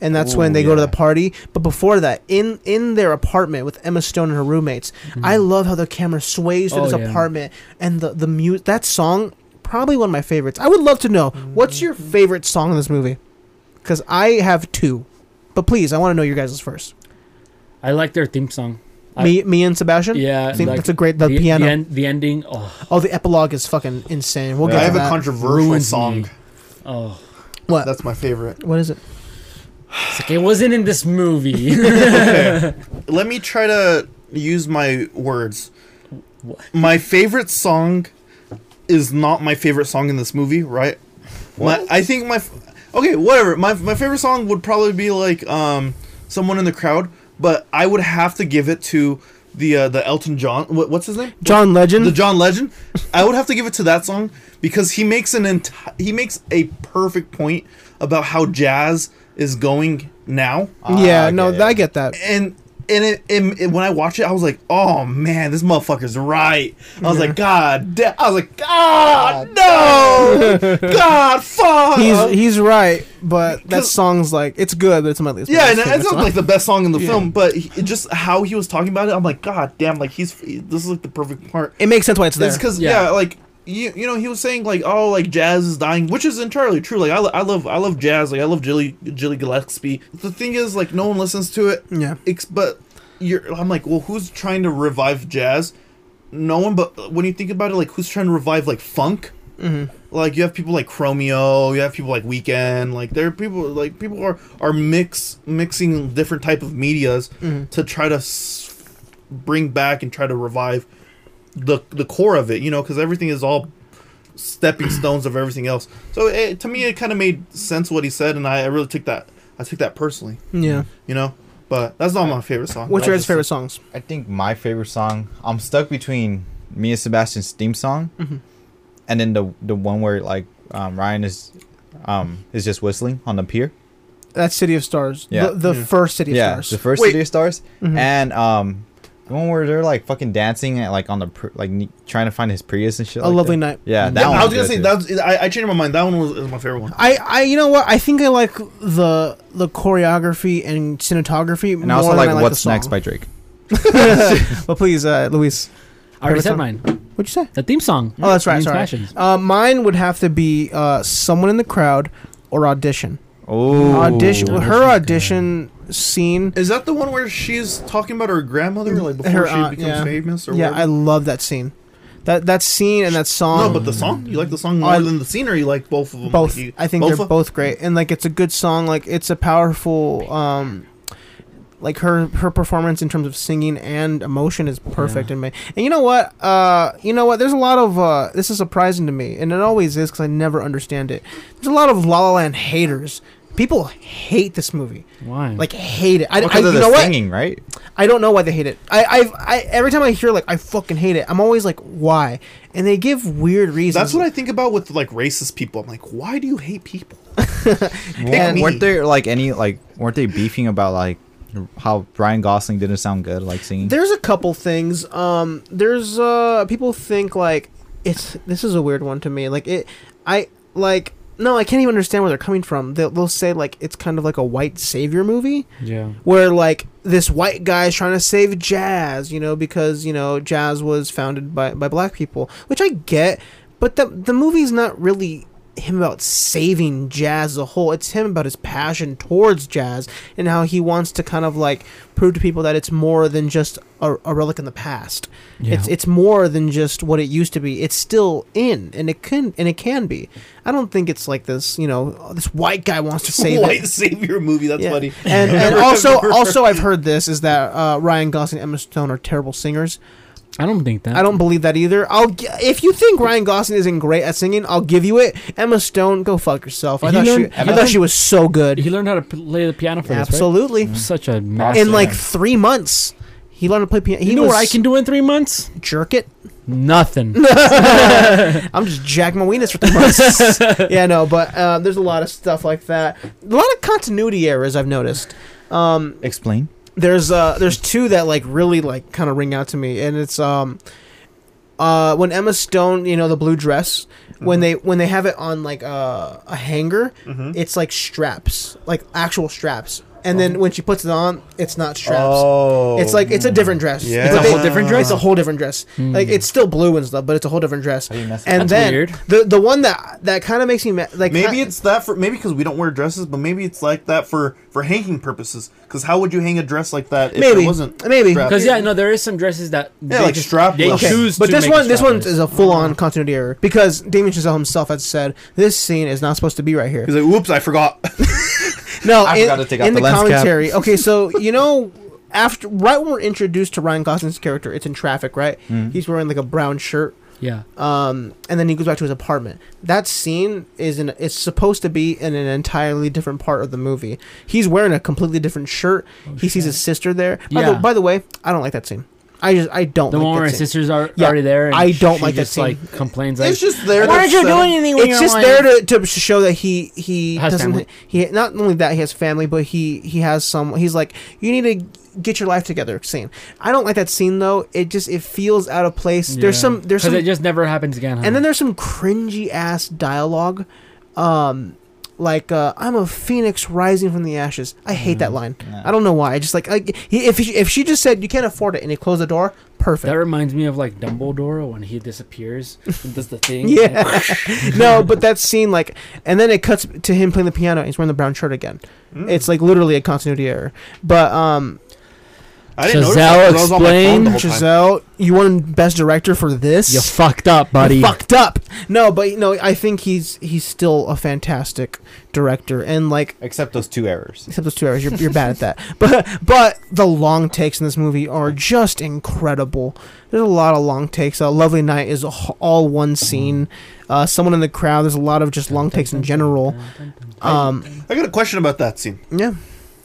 [SPEAKER 1] and that's when
[SPEAKER 4] Ooh,
[SPEAKER 1] they go to
[SPEAKER 4] yeah.
[SPEAKER 1] the party. But before that, in in their apartment with Emma Stone and her roommates, I love how the camera sways through
[SPEAKER 3] Oh,
[SPEAKER 1] this
[SPEAKER 3] yeah.
[SPEAKER 1] apartment and the the mu- that song. Probably one of my favorites. I would love to know what's your favorite song in this movie. Because I have two. But please, I want to know your guys' first.
[SPEAKER 3] I like their theme song. I-
[SPEAKER 1] me, me and Sebastian.
[SPEAKER 3] Yeah,
[SPEAKER 1] I think
[SPEAKER 3] like
[SPEAKER 1] that's a great the, piano.
[SPEAKER 3] The, en- the ending. Oh,
[SPEAKER 1] oh, the epilogue is fucking insane. We'll
[SPEAKER 2] I
[SPEAKER 1] get
[SPEAKER 2] have
[SPEAKER 1] to
[SPEAKER 2] a
[SPEAKER 1] that.
[SPEAKER 2] controversial
[SPEAKER 3] Ruins me.
[SPEAKER 2] song.
[SPEAKER 3] oh.
[SPEAKER 1] what?
[SPEAKER 2] That's my favorite.
[SPEAKER 1] what is it?
[SPEAKER 3] It's like it wasn't in this movie.
[SPEAKER 2] Let me try to use my words. My favorite song is not my favorite song in this movie, right? My, I think my f- okay, whatever. My my favorite song would probably be like um someone in the crowd, but I would have to give it to the uh, the Elton John. What, what's his name?
[SPEAKER 1] John Legend.
[SPEAKER 2] the John Legend. I would have to give it to that song because he makes an enti- he makes a perfect point about how jazz is going now,
[SPEAKER 1] yeah,
[SPEAKER 4] Ah,
[SPEAKER 1] no,
[SPEAKER 4] okay.
[SPEAKER 1] I get that.
[SPEAKER 2] and and it, and it- when I watch it, I was like, oh man, this motherfucker's right. I was like, God, da-. I was like, God, no, God, fuck.
[SPEAKER 1] He's he's right, but that
[SPEAKER 2] Because-
[SPEAKER 1] song's like it's good, but it's my least.
[SPEAKER 2] yeah, and
[SPEAKER 1] favorite
[SPEAKER 2] it's
[SPEAKER 1] song.
[SPEAKER 2] not like the best song in the
[SPEAKER 1] Yeah.
[SPEAKER 2] film, but he, it just how he was talking about it, I'm like, God damn, like he's this is like the perfect part.
[SPEAKER 1] it makes sense why it's there.
[SPEAKER 2] It's because
[SPEAKER 3] Yeah.
[SPEAKER 2] yeah. like you you know he was saying like oh like jazz is dying, which is entirely true. Like I, lo- I love I love jazz. Like I love Jilly Jilly Gillespie. The thing is like no one listens to it.
[SPEAKER 1] Yeah.
[SPEAKER 2] Ex- but you're I'm like well who's trying to revive jazz? No one. But when you think about it, like who's trying to revive like funk? Like you have people like Chromeo, you have people like Weekend, like there are people like people are are mix mixing different type of medias to try to s- bring back and try to revive the the core of it, you know, because everything is all stepping stones of everything else. So it, to me, it kind of made sense what he said, and I, I really took that I took that personally,
[SPEAKER 1] yeah.
[SPEAKER 2] you know. But that's not my favorite song.
[SPEAKER 1] What's
[SPEAKER 2] I
[SPEAKER 1] your
[SPEAKER 2] just-
[SPEAKER 1] favorite songs?
[SPEAKER 4] I think my favorite song. I'm stuck between me and Sebastian's theme song,
[SPEAKER 1] Mm-hmm.
[SPEAKER 4] and then the the one where like um, Ryan is um is just whistling on the pier.
[SPEAKER 1] That's City of Stars.
[SPEAKER 4] Yeah.
[SPEAKER 1] The, the first City of
[SPEAKER 4] yeah,
[SPEAKER 1] Stars. Mm-hmm.
[SPEAKER 4] the first
[SPEAKER 2] Wait.
[SPEAKER 4] City of Stars, and um the one where they're like fucking dancing at, like on the pr- like ne- trying to find his Prius and shit.
[SPEAKER 1] A
[SPEAKER 4] like
[SPEAKER 1] Lovely
[SPEAKER 4] that.
[SPEAKER 1] Night.
[SPEAKER 4] Yeah, that
[SPEAKER 2] Yeah,
[SPEAKER 4] one.
[SPEAKER 2] I was gonna say that was, I, I changed my mind. That one was, is my favorite one.
[SPEAKER 1] I, I you know what I think I like the the choreography and cinematography
[SPEAKER 4] And I
[SPEAKER 1] more
[SPEAKER 4] also
[SPEAKER 1] than
[SPEAKER 4] like,
[SPEAKER 1] I like
[SPEAKER 4] What's
[SPEAKER 1] the
[SPEAKER 4] Next
[SPEAKER 1] song.
[SPEAKER 4] by Drake.
[SPEAKER 1] But please, uh, Luis,
[SPEAKER 3] I
[SPEAKER 1] Favorite
[SPEAKER 3] already said
[SPEAKER 1] song?
[SPEAKER 3] mine.
[SPEAKER 1] what'd you say?
[SPEAKER 3] The theme song.
[SPEAKER 1] Oh, that's right.
[SPEAKER 3] Name's
[SPEAKER 1] Sorry.
[SPEAKER 3] Passions.
[SPEAKER 1] Uh, mine would have to be uh, someone in the crowd or audition.
[SPEAKER 4] Oh,
[SPEAKER 1] audition. Her audition scene.
[SPEAKER 2] Is that the one where she's talking about her grandmother, like before
[SPEAKER 1] Her
[SPEAKER 2] she
[SPEAKER 1] aunt,
[SPEAKER 2] becomes
[SPEAKER 1] yeah.
[SPEAKER 2] famous, or
[SPEAKER 1] Yeah, I
[SPEAKER 2] whatever?
[SPEAKER 1] love that scene. That that scene and that song.
[SPEAKER 2] no, but the song. You like the song more
[SPEAKER 1] I-
[SPEAKER 2] than the scene, or you like both of them?
[SPEAKER 1] both.
[SPEAKER 2] Like, you-
[SPEAKER 1] I think they're
[SPEAKER 2] of-
[SPEAKER 1] both great, and like it's a good song. Like it's a powerful. um like her her performance in terms of singing and emotion is perfect in me. And you know what? Uh, you know what? There's a lot of uh, this is surprising to me, and it always is because I never understand it. There's a lot of La La Land haters. People hate this movie,
[SPEAKER 3] Why?
[SPEAKER 1] like hate it. I, I,
[SPEAKER 4] Because
[SPEAKER 1] you
[SPEAKER 4] of the
[SPEAKER 1] know what?
[SPEAKER 4] singing, right?
[SPEAKER 1] I don't know why they hate it. I, I've, I every time I hear like I fucking hate it, I'm always like why, and they give weird reasons.
[SPEAKER 2] That's what I think about with like racist people. I'm like, why do you hate people?
[SPEAKER 4] Weren't-
[SPEAKER 2] me.
[SPEAKER 4] weren't there like any like weren't they beefing about like how Ryan Gosling didn't sound good like singing?
[SPEAKER 1] There's a couple things. Um, there's uh, people think like it's this is a weird one to me. Like it, I like no, I can't even understand where they're coming from. They'll, they'll say like it's kind of like a white savior movie
[SPEAKER 3] yeah.
[SPEAKER 1] where like this white guy is trying to save jazz, you know, because you know jazz was founded by by black people, which I get, but the the movie's not really him about saving jazz as a whole. It's him about his passion towards jazz and how he wants to kind of like prove to people that it's more than just a, a relic in the past. It's it's more than just what it used to be. It's still in and it can and it can be. I don't think it's like this, you know, "Oh, this white guy wants to save it.
[SPEAKER 2] White savior movie. That's
[SPEAKER 1] Yeah.
[SPEAKER 2] funny.
[SPEAKER 1] And, and
[SPEAKER 2] Never
[SPEAKER 1] also,
[SPEAKER 2] ever-
[SPEAKER 1] also I've heard this is that uh, Ryan Gosling and Emma Stone are terrible singers.
[SPEAKER 3] I don't think that.
[SPEAKER 1] I don't believe that either. I'll g- if you think Ryan Gosling isn't great at singing, I'll give you it. Emma Stone, go fuck yourself. I
[SPEAKER 3] He
[SPEAKER 1] thought
[SPEAKER 3] learned-
[SPEAKER 1] she, I
[SPEAKER 3] Emma-
[SPEAKER 1] thought she was so
[SPEAKER 3] He
[SPEAKER 1] good.
[SPEAKER 3] learned how to play the piano for this, right? Mm-hmm.
[SPEAKER 1] Absolutely.
[SPEAKER 3] Such a
[SPEAKER 1] In
[SPEAKER 3] massive.
[SPEAKER 1] like three months, he learned to play piano. He
[SPEAKER 3] you know
[SPEAKER 1] was
[SPEAKER 3] what I can do in three months?
[SPEAKER 1] jerk it.
[SPEAKER 3] Nothing.
[SPEAKER 1] I'm just jacking my weenus for three months. yeah, no, but uh, there's a lot of stuff like that. A lot of continuity errors I've noticed. Um,
[SPEAKER 4] Explain.
[SPEAKER 1] there's uh there's two that like really like kind of ring out to me and it's um uh when Emma Stone you know the blue dress
[SPEAKER 2] Mm-hmm.
[SPEAKER 1] when they when they have it on like uh, a hanger it's like straps like actual straps and then when she puts it on it's not straps
[SPEAKER 2] Oh,
[SPEAKER 1] it's like it's a different dress
[SPEAKER 2] Yeah.
[SPEAKER 1] But
[SPEAKER 3] It's a whole different dress? Hmm.
[SPEAKER 1] it's a whole different dress like it's still blue and stuff but it's a whole different dress
[SPEAKER 4] you
[SPEAKER 1] and
[SPEAKER 4] messing-
[SPEAKER 1] then
[SPEAKER 3] That's weird.
[SPEAKER 1] the the one that that kind of makes me ma- like
[SPEAKER 2] maybe
[SPEAKER 1] ki-
[SPEAKER 2] it's that for maybe because we don't wear dresses, but maybe it's like that for for hanging purposes. Because how would you hang a dress like that if
[SPEAKER 1] Maybe.
[SPEAKER 2] it wasn't
[SPEAKER 1] Maybe.
[SPEAKER 2] strapped?
[SPEAKER 3] Because yeah, no, there is some dresses that
[SPEAKER 2] Yeah, like strapless.
[SPEAKER 3] They
[SPEAKER 2] Okay.
[SPEAKER 3] choose,
[SPEAKER 1] but
[SPEAKER 3] to
[SPEAKER 1] this
[SPEAKER 3] make
[SPEAKER 1] one,
[SPEAKER 3] it
[SPEAKER 1] this one
[SPEAKER 3] strapless.
[SPEAKER 1] is a full-on continuity error because Damien Chazelle himself had said this scene is not supposed to be right here.
[SPEAKER 2] He's like, "Oops, I forgot."
[SPEAKER 1] No,
[SPEAKER 4] I
[SPEAKER 1] in,
[SPEAKER 4] forgot to take out
[SPEAKER 1] in
[SPEAKER 4] the
[SPEAKER 1] the,
[SPEAKER 4] lens cap.
[SPEAKER 1] commentary. Okay, so you know, after right when we're introduced to Ryan Gosling's character, it's in traffic, right?
[SPEAKER 4] Mm-hmm.
[SPEAKER 1] He's wearing like a brown shirt,
[SPEAKER 3] yeah.
[SPEAKER 1] um, and then he goes back to his apartment. That scene is in it's supposed to be in an entirely different part of the movie. He's wearing a completely different shirt. he sees his sister there. By,
[SPEAKER 3] Oh, Yeah.
[SPEAKER 1] the, by the way, I don't like that scene. I just I don't
[SPEAKER 3] The
[SPEAKER 1] like
[SPEAKER 3] one
[SPEAKER 1] that
[SPEAKER 3] where his
[SPEAKER 1] scene.
[SPEAKER 3] sisters are
[SPEAKER 1] Yeah,
[SPEAKER 3] already there. And
[SPEAKER 1] I don't
[SPEAKER 3] she
[SPEAKER 1] like that
[SPEAKER 3] just,
[SPEAKER 1] scene.
[SPEAKER 3] Like complains like,
[SPEAKER 2] It's just there.
[SPEAKER 3] why
[SPEAKER 2] to
[SPEAKER 3] aren't you
[SPEAKER 2] settle-
[SPEAKER 3] doing anything? when
[SPEAKER 1] It's
[SPEAKER 3] you're
[SPEAKER 1] just
[SPEAKER 3] like-"
[SPEAKER 1] there to, to show that he he
[SPEAKER 3] Has
[SPEAKER 1] doesn't
[SPEAKER 3] family.
[SPEAKER 1] he not only that he has family, but he he has some. He's like you need to get your life together. Scene. I don't like that scene though. It just it feels out of place. There's
[SPEAKER 3] Yeah.
[SPEAKER 1] some there's
[SPEAKER 3] 'Cause
[SPEAKER 1] some
[SPEAKER 3] it just never happens again.
[SPEAKER 1] and then there's some cringy ass dialogue, um, like uh, "I'm a phoenix rising from the ashes." I hate
[SPEAKER 3] Mm-hmm.
[SPEAKER 1] that line.
[SPEAKER 4] yeah.
[SPEAKER 1] I don't know why. I just like like he- if he, if she just said you can't afford it and he closed the door, perfect.
[SPEAKER 3] that reminds me of like Dumbledore when he disappears and does the thing.
[SPEAKER 1] yeah, no, but that scene like, and then it cuts to him playing the piano. and He's wearing the brown shirt again.
[SPEAKER 2] Mm.
[SPEAKER 1] It's like literally a continuity error. But um,
[SPEAKER 2] I didn't notice
[SPEAKER 3] Chazelle
[SPEAKER 2] that 'cause I was on my phone
[SPEAKER 3] explained-
[SPEAKER 2] the whole time.
[SPEAKER 1] Giselle, you won best director for this.
[SPEAKER 3] you fucked up, buddy.
[SPEAKER 1] fucked up. No, but you know, I think he's he's still a fantastic director, and like
[SPEAKER 4] Except those two errors.
[SPEAKER 1] except those two hours. You're, you're bad at that. But but the long takes in this movie are just incredible. There's a lot of long takes. Uh, Lovely Night is a h- all one scene. Uh, someone in the crowd. There's a lot of just long takes in general. Um,
[SPEAKER 2] I got a question about that scene.
[SPEAKER 1] yeah,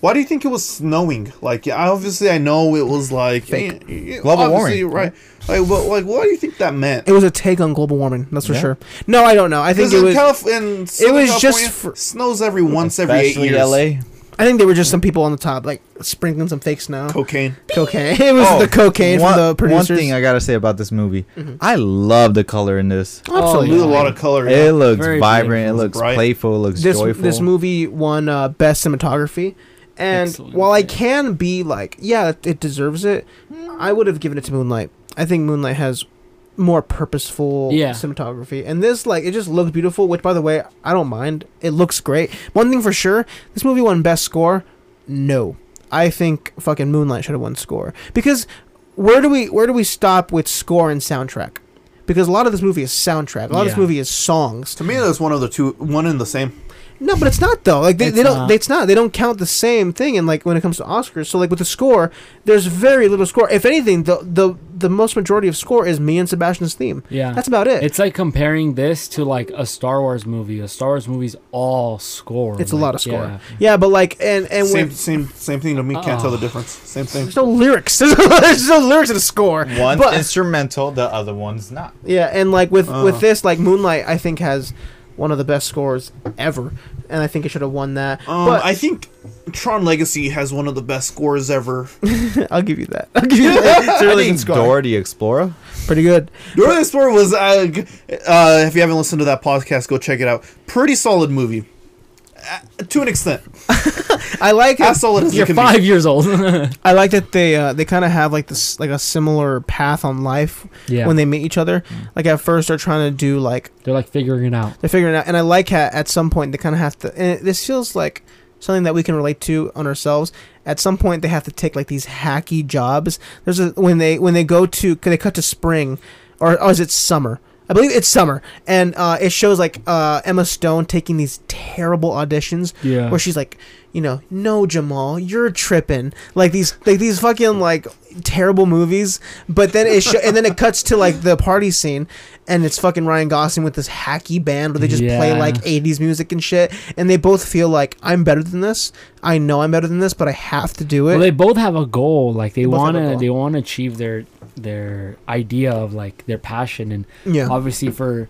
[SPEAKER 2] Why do you think it was snowing? Like, yeah, obviously, I know it was like
[SPEAKER 1] Fake.
[SPEAKER 2] y- y-
[SPEAKER 4] Global
[SPEAKER 2] obviously,
[SPEAKER 4] warming.
[SPEAKER 2] you're Right? Like, but like, what do you think that meant?
[SPEAKER 1] it was a take on global warming. That's for
[SPEAKER 4] Yeah.
[SPEAKER 1] sure. No, I don't know. I think
[SPEAKER 2] Because
[SPEAKER 1] it
[SPEAKER 2] in,
[SPEAKER 1] was.
[SPEAKER 2] Calif- in Southern
[SPEAKER 1] was just
[SPEAKER 2] California,
[SPEAKER 1] for-
[SPEAKER 2] snows every once every eight
[SPEAKER 4] Especially
[SPEAKER 2] years.
[SPEAKER 4] LA.
[SPEAKER 1] I think there were just some people on the top like sprinkling some fake snow.
[SPEAKER 2] Cocaine.
[SPEAKER 1] cocaine. It was
[SPEAKER 4] Oh,
[SPEAKER 1] the cocaine
[SPEAKER 4] one,
[SPEAKER 1] from the producers. Mm-hmm.
[SPEAKER 4] One thing I gotta say about this movie, I love the color in this.
[SPEAKER 1] Absolutely.
[SPEAKER 2] It was a lot of color. yeah.
[SPEAKER 4] It looks
[SPEAKER 3] Very
[SPEAKER 4] vibrant.
[SPEAKER 3] beautiful.
[SPEAKER 4] It looks
[SPEAKER 2] Bright.
[SPEAKER 4] playful. It looks
[SPEAKER 1] this
[SPEAKER 4] joyful.
[SPEAKER 1] this movie won uh, best cinematography, and
[SPEAKER 3] Excellent,
[SPEAKER 1] while I
[SPEAKER 3] yeah.
[SPEAKER 1] can be like, yeah, it, it deserves it, I would have given it to Moonlight. I think Moonlight has more purposeful
[SPEAKER 3] Yeah.
[SPEAKER 1] cinematography, and this like it just looks beautiful. Which, by the way, I don't mind. It looks great. One thing for sure, this movie won best score. No, I think fucking Moonlight should have won score because where do we where do we stop with score and soundtrack? Because a lot of this movie is soundtrack. A lot of this
[SPEAKER 3] Yeah.
[SPEAKER 1] movie is songs.
[SPEAKER 2] To me, that's one of the two, one and the same.
[SPEAKER 1] No, but it's not though. Like they,
[SPEAKER 3] It's
[SPEAKER 1] they don't.
[SPEAKER 3] not.
[SPEAKER 1] They, it's not. They don't count the same thing. And like when it comes to Oscars, so like with the score, there's very little score. If anything, the the the most majority of score is me and Sebastian's theme.
[SPEAKER 3] Yeah.
[SPEAKER 1] that's about it. It's,
[SPEAKER 3] It's like comparing this to like a Star Wars movie. A Star Wars movie's all score.
[SPEAKER 1] a
[SPEAKER 3] like,
[SPEAKER 1] lot of score. Yeah,
[SPEAKER 3] yeah.
[SPEAKER 1] but like and and
[SPEAKER 2] Same,
[SPEAKER 1] when,
[SPEAKER 2] same, same thing to me. Can't tell the
[SPEAKER 3] Oh.
[SPEAKER 2] difference. Same thing.
[SPEAKER 1] there's no lyrics. there's no lyrics in the score.
[SPEAKER 4] One's
[SPEAKER 1] but,
[SPEAKER 4] instrumental, the other one's not.
[SPEAKER 1] Yeah, and like with
[SPEAKER 2] Uh.
[SPEAKER 1] with this, like Moonlight, I think has one of the best scores ever, and I think it should have won that.
[SPEAKER 2] Um,
[SPEAKER 1] but
[SPEAKER 2] I think Tron Legacy has one of the best scores ever.
[SPEAKER 1] I'll give you that. I'll give you that. It's a
[SPEAKER 4] I
[SPEAKER 1] really good
[SPEAKER 4] think
[SPEAKER 1] score.
[SPEAKER 4] Dora the Explorer.
[SPEAKER 1] Pretty good.
[SPEAKER 2] Dora the Explorer was, uh, g- uh, if you haven't listened to that podcast, go check it out. Pretty solid movie. Uh, to an extent.
[SPEAKER 1] I like it.
[SPEAKER 2] As solid as
[SPEAKER 3] You're
[SPEAKER 2] it can
[SPEAKER 3] five years old.
[SPEAKER 1] I like that they uh, they kind of have like this like a similar path on life
[SPEAKER 3] yeah.
[SPEAKER 1] when they meet each other. Like at first they're trying to do like
[SPEAKER 3] They're like figuring it out.
[SPEAKER 1] they're figuring out, and I like how at some point they kind of have to. And it- this feels like something that we can relate to on ourselves. At some point they have to take like these hacky jobs. There's a when they when they go to 'cause they cut to spring, or oh is it summer? I believe it's summer, and uh, it shows like uh, Emma Stone taking these terrible auditions
[SPEAKER 3] Yeah.
[SPEAKER 1] where she's like, you know, no Jamal, you're tripping. Like these, like these fucking like terrible movies. But then it, sho- and then it cuts to like the party scene, and it's fucking Ryan Gosling with this hacky band where they just play
[SPEAKER 3] Yeah.
[SPEAKER 1] like '80s music and shit, and they both feel like I'm better than this. I know I'm better than this, but I have to do it.
[SPEAKER 3] Well, they both have a goal. Like they
[SPEAKER 1] both have
[SPEAKER 3] want
[SPEAKER 1] a
[SPEAKER 3] to,
[SPEAKER 1] goal.
[SPEAKER 3] they want to achieve their their idea of like their passion, and
[SPEAKER 1] yeah,
[SPEAKER 3] obviously for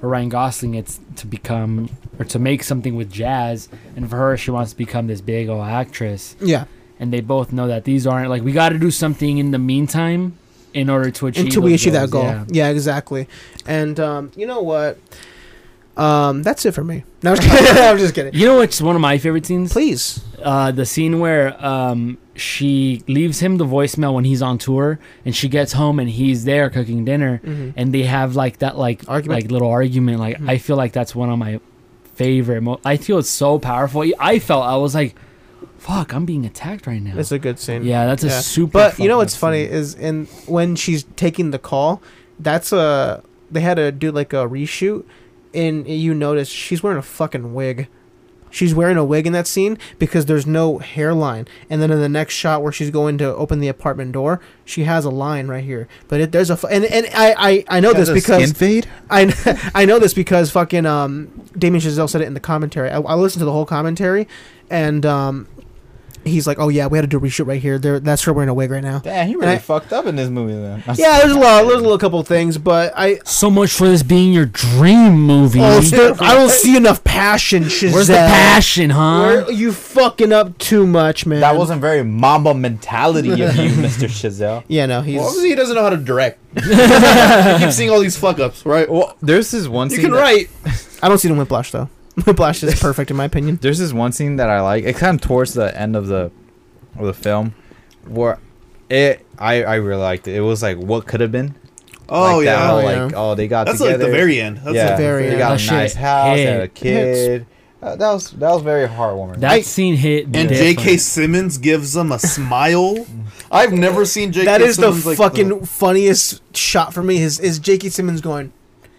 [SPEAKER 3] for Ryan Gosling, it's to become or to make something with jazz, and for her, she wants to become this big old actress.
[SPEAKER 1] yeah.
[SPEAKER 3] And they both know that these aren't like we got to do something in the meantime in order to achieve
[SPEAKER 1] Until we
[SPEAKER 3] those
[SPEAKER 1] achieve that goal.
[SPEAKER 3] goals,
[SPEAKER 1] Yeah. exactly. And um, you know what? Um, that's it for me. No, I'm just kidding. I'm just kidding.
[SPEAKER 3] You know what's one of my favorite scenes?
[SPEAKER 1] Please.
[SPEAKER 3] Uh, the scene where um, she leaves him the voicemail when he's on tour, and she gets home and he's there cooking dinner, and they have like that like
[SPEAKER 1] Argument. Hmm.
[SPEAKER 3] like little argument. Like I feel like that's one of my favorite. Mo- I feel it's so powerful. I felt I was like, "Fuck, I'm being attacked right now."
[SPEAKER 1] It's a good scene.
[SPEAKER 3] yeah, that's
[SPEAKER 1] Yeah.
[SPEAKER 3] a super.
[SPEAKER 1] But you know
[SPEAKER 3] fucking
[SPEAKER 1] what's funny
[SPEAKER 3] scene.
[SPEAKER 1] is in when she's taking the call, that's a they had to do like a reshoot, and you notice she's wearing a fucking wig. She's wearing a wig in that scene because there's no hairline. And then in the next shot where she's going to open the apartment door, she has a line right here. But it, there's a fu- and and I I, I know this because
[SPEAKER 4] skin fade.
[SPEAKER 1] I, kn- I know this because fucking um, Damien Chazelle said it in the commentary. I, I listened to the whole commentary, and um, he's like, "Oh yeah, we had to do a reshoot right here. There, that's her wearing a wig right now."
[SPEAKER 4] Damn, he
[SPEAKER 1] And
[SPEAKER 4] really
[SPEAKER 1] I-
[SPEAKER 4] fucked up in this movie then.
[SPEAKER 1] Yeah, there's a lot, there's a little couple of things, but I
[SPEAKER 3] So much for this being your dream movie.
[SPEAKER 1] oh, still, I don't see enough passion, Shazam.
[SPEAKER 3] Where's the passion, huh?
[SPEAKER 1] Where- you fucking up too much, man.
[SPEAKER 4] That wasn't very Mamba mentality of you, Mr. Chazelle.
[SPEAKER 1] Yeah, no, he's.
[SPEAKER 2] Well, obviously he doesn't know how to direct. he keeps seeing all these fuck ups, right?
[SPEAKER 4] Well, there's this one
[SPEAKER 2] you
[SPEAKER 4] scene.
[SPEAKER 2] can
[SPEAKER 4] that-
[SPEAKER 2] write.
[SPEAKER 1] I don't see the Whiplash though. Whiplash is perfect in my opinion.
[SPEAKER 4] There's this one scene that I like. It kind of towards the end of the of the film, where it I I really liked it. It was like what could have been.
[SPEAKER 2] Oh
[SPEAKER 4] Like that
[SPEAKER 2] yeah,
[SPEAKER 4] whole,
[SPEAKER 1] Oh, yeah.
[SPEAKER 4] like oh they got
[SPEAKER 2] that's like
[SPEAKER 4] together.
[SPEAKER 2] the very end. That's
[SPEAKER 4] yeah,
[SPEAKER 2] like the
[SPEAKER 1] very
[SPEAKER 4] they
[SPEAKER 1] end.
[SPEAKER 4] got
[SPEAKER 3] That
[SPEAKER 4] a
[SPEAKER 3] uh, shit
[SPEAKER 4] nice house, they had a
[SPEAKER 3] hit.
[SPEAKER 4] kid. Uh, that was that was very heartwarming.
[SPEAKER 3] That
[SPEAKER 1] I-
[SPEAKER 3] scene hit.
[SPEAKER 2] And
[SPEAKER 3] different.
[SPEAKER 2] J.K. Simmons gives them a smile. I've never seen J.K.
[SPEAKER 1] That is the
[SPEAKER 2] Simmons like
[SPEAKER 1] fucking funniest shot for me. Is is J.K. Simmons going,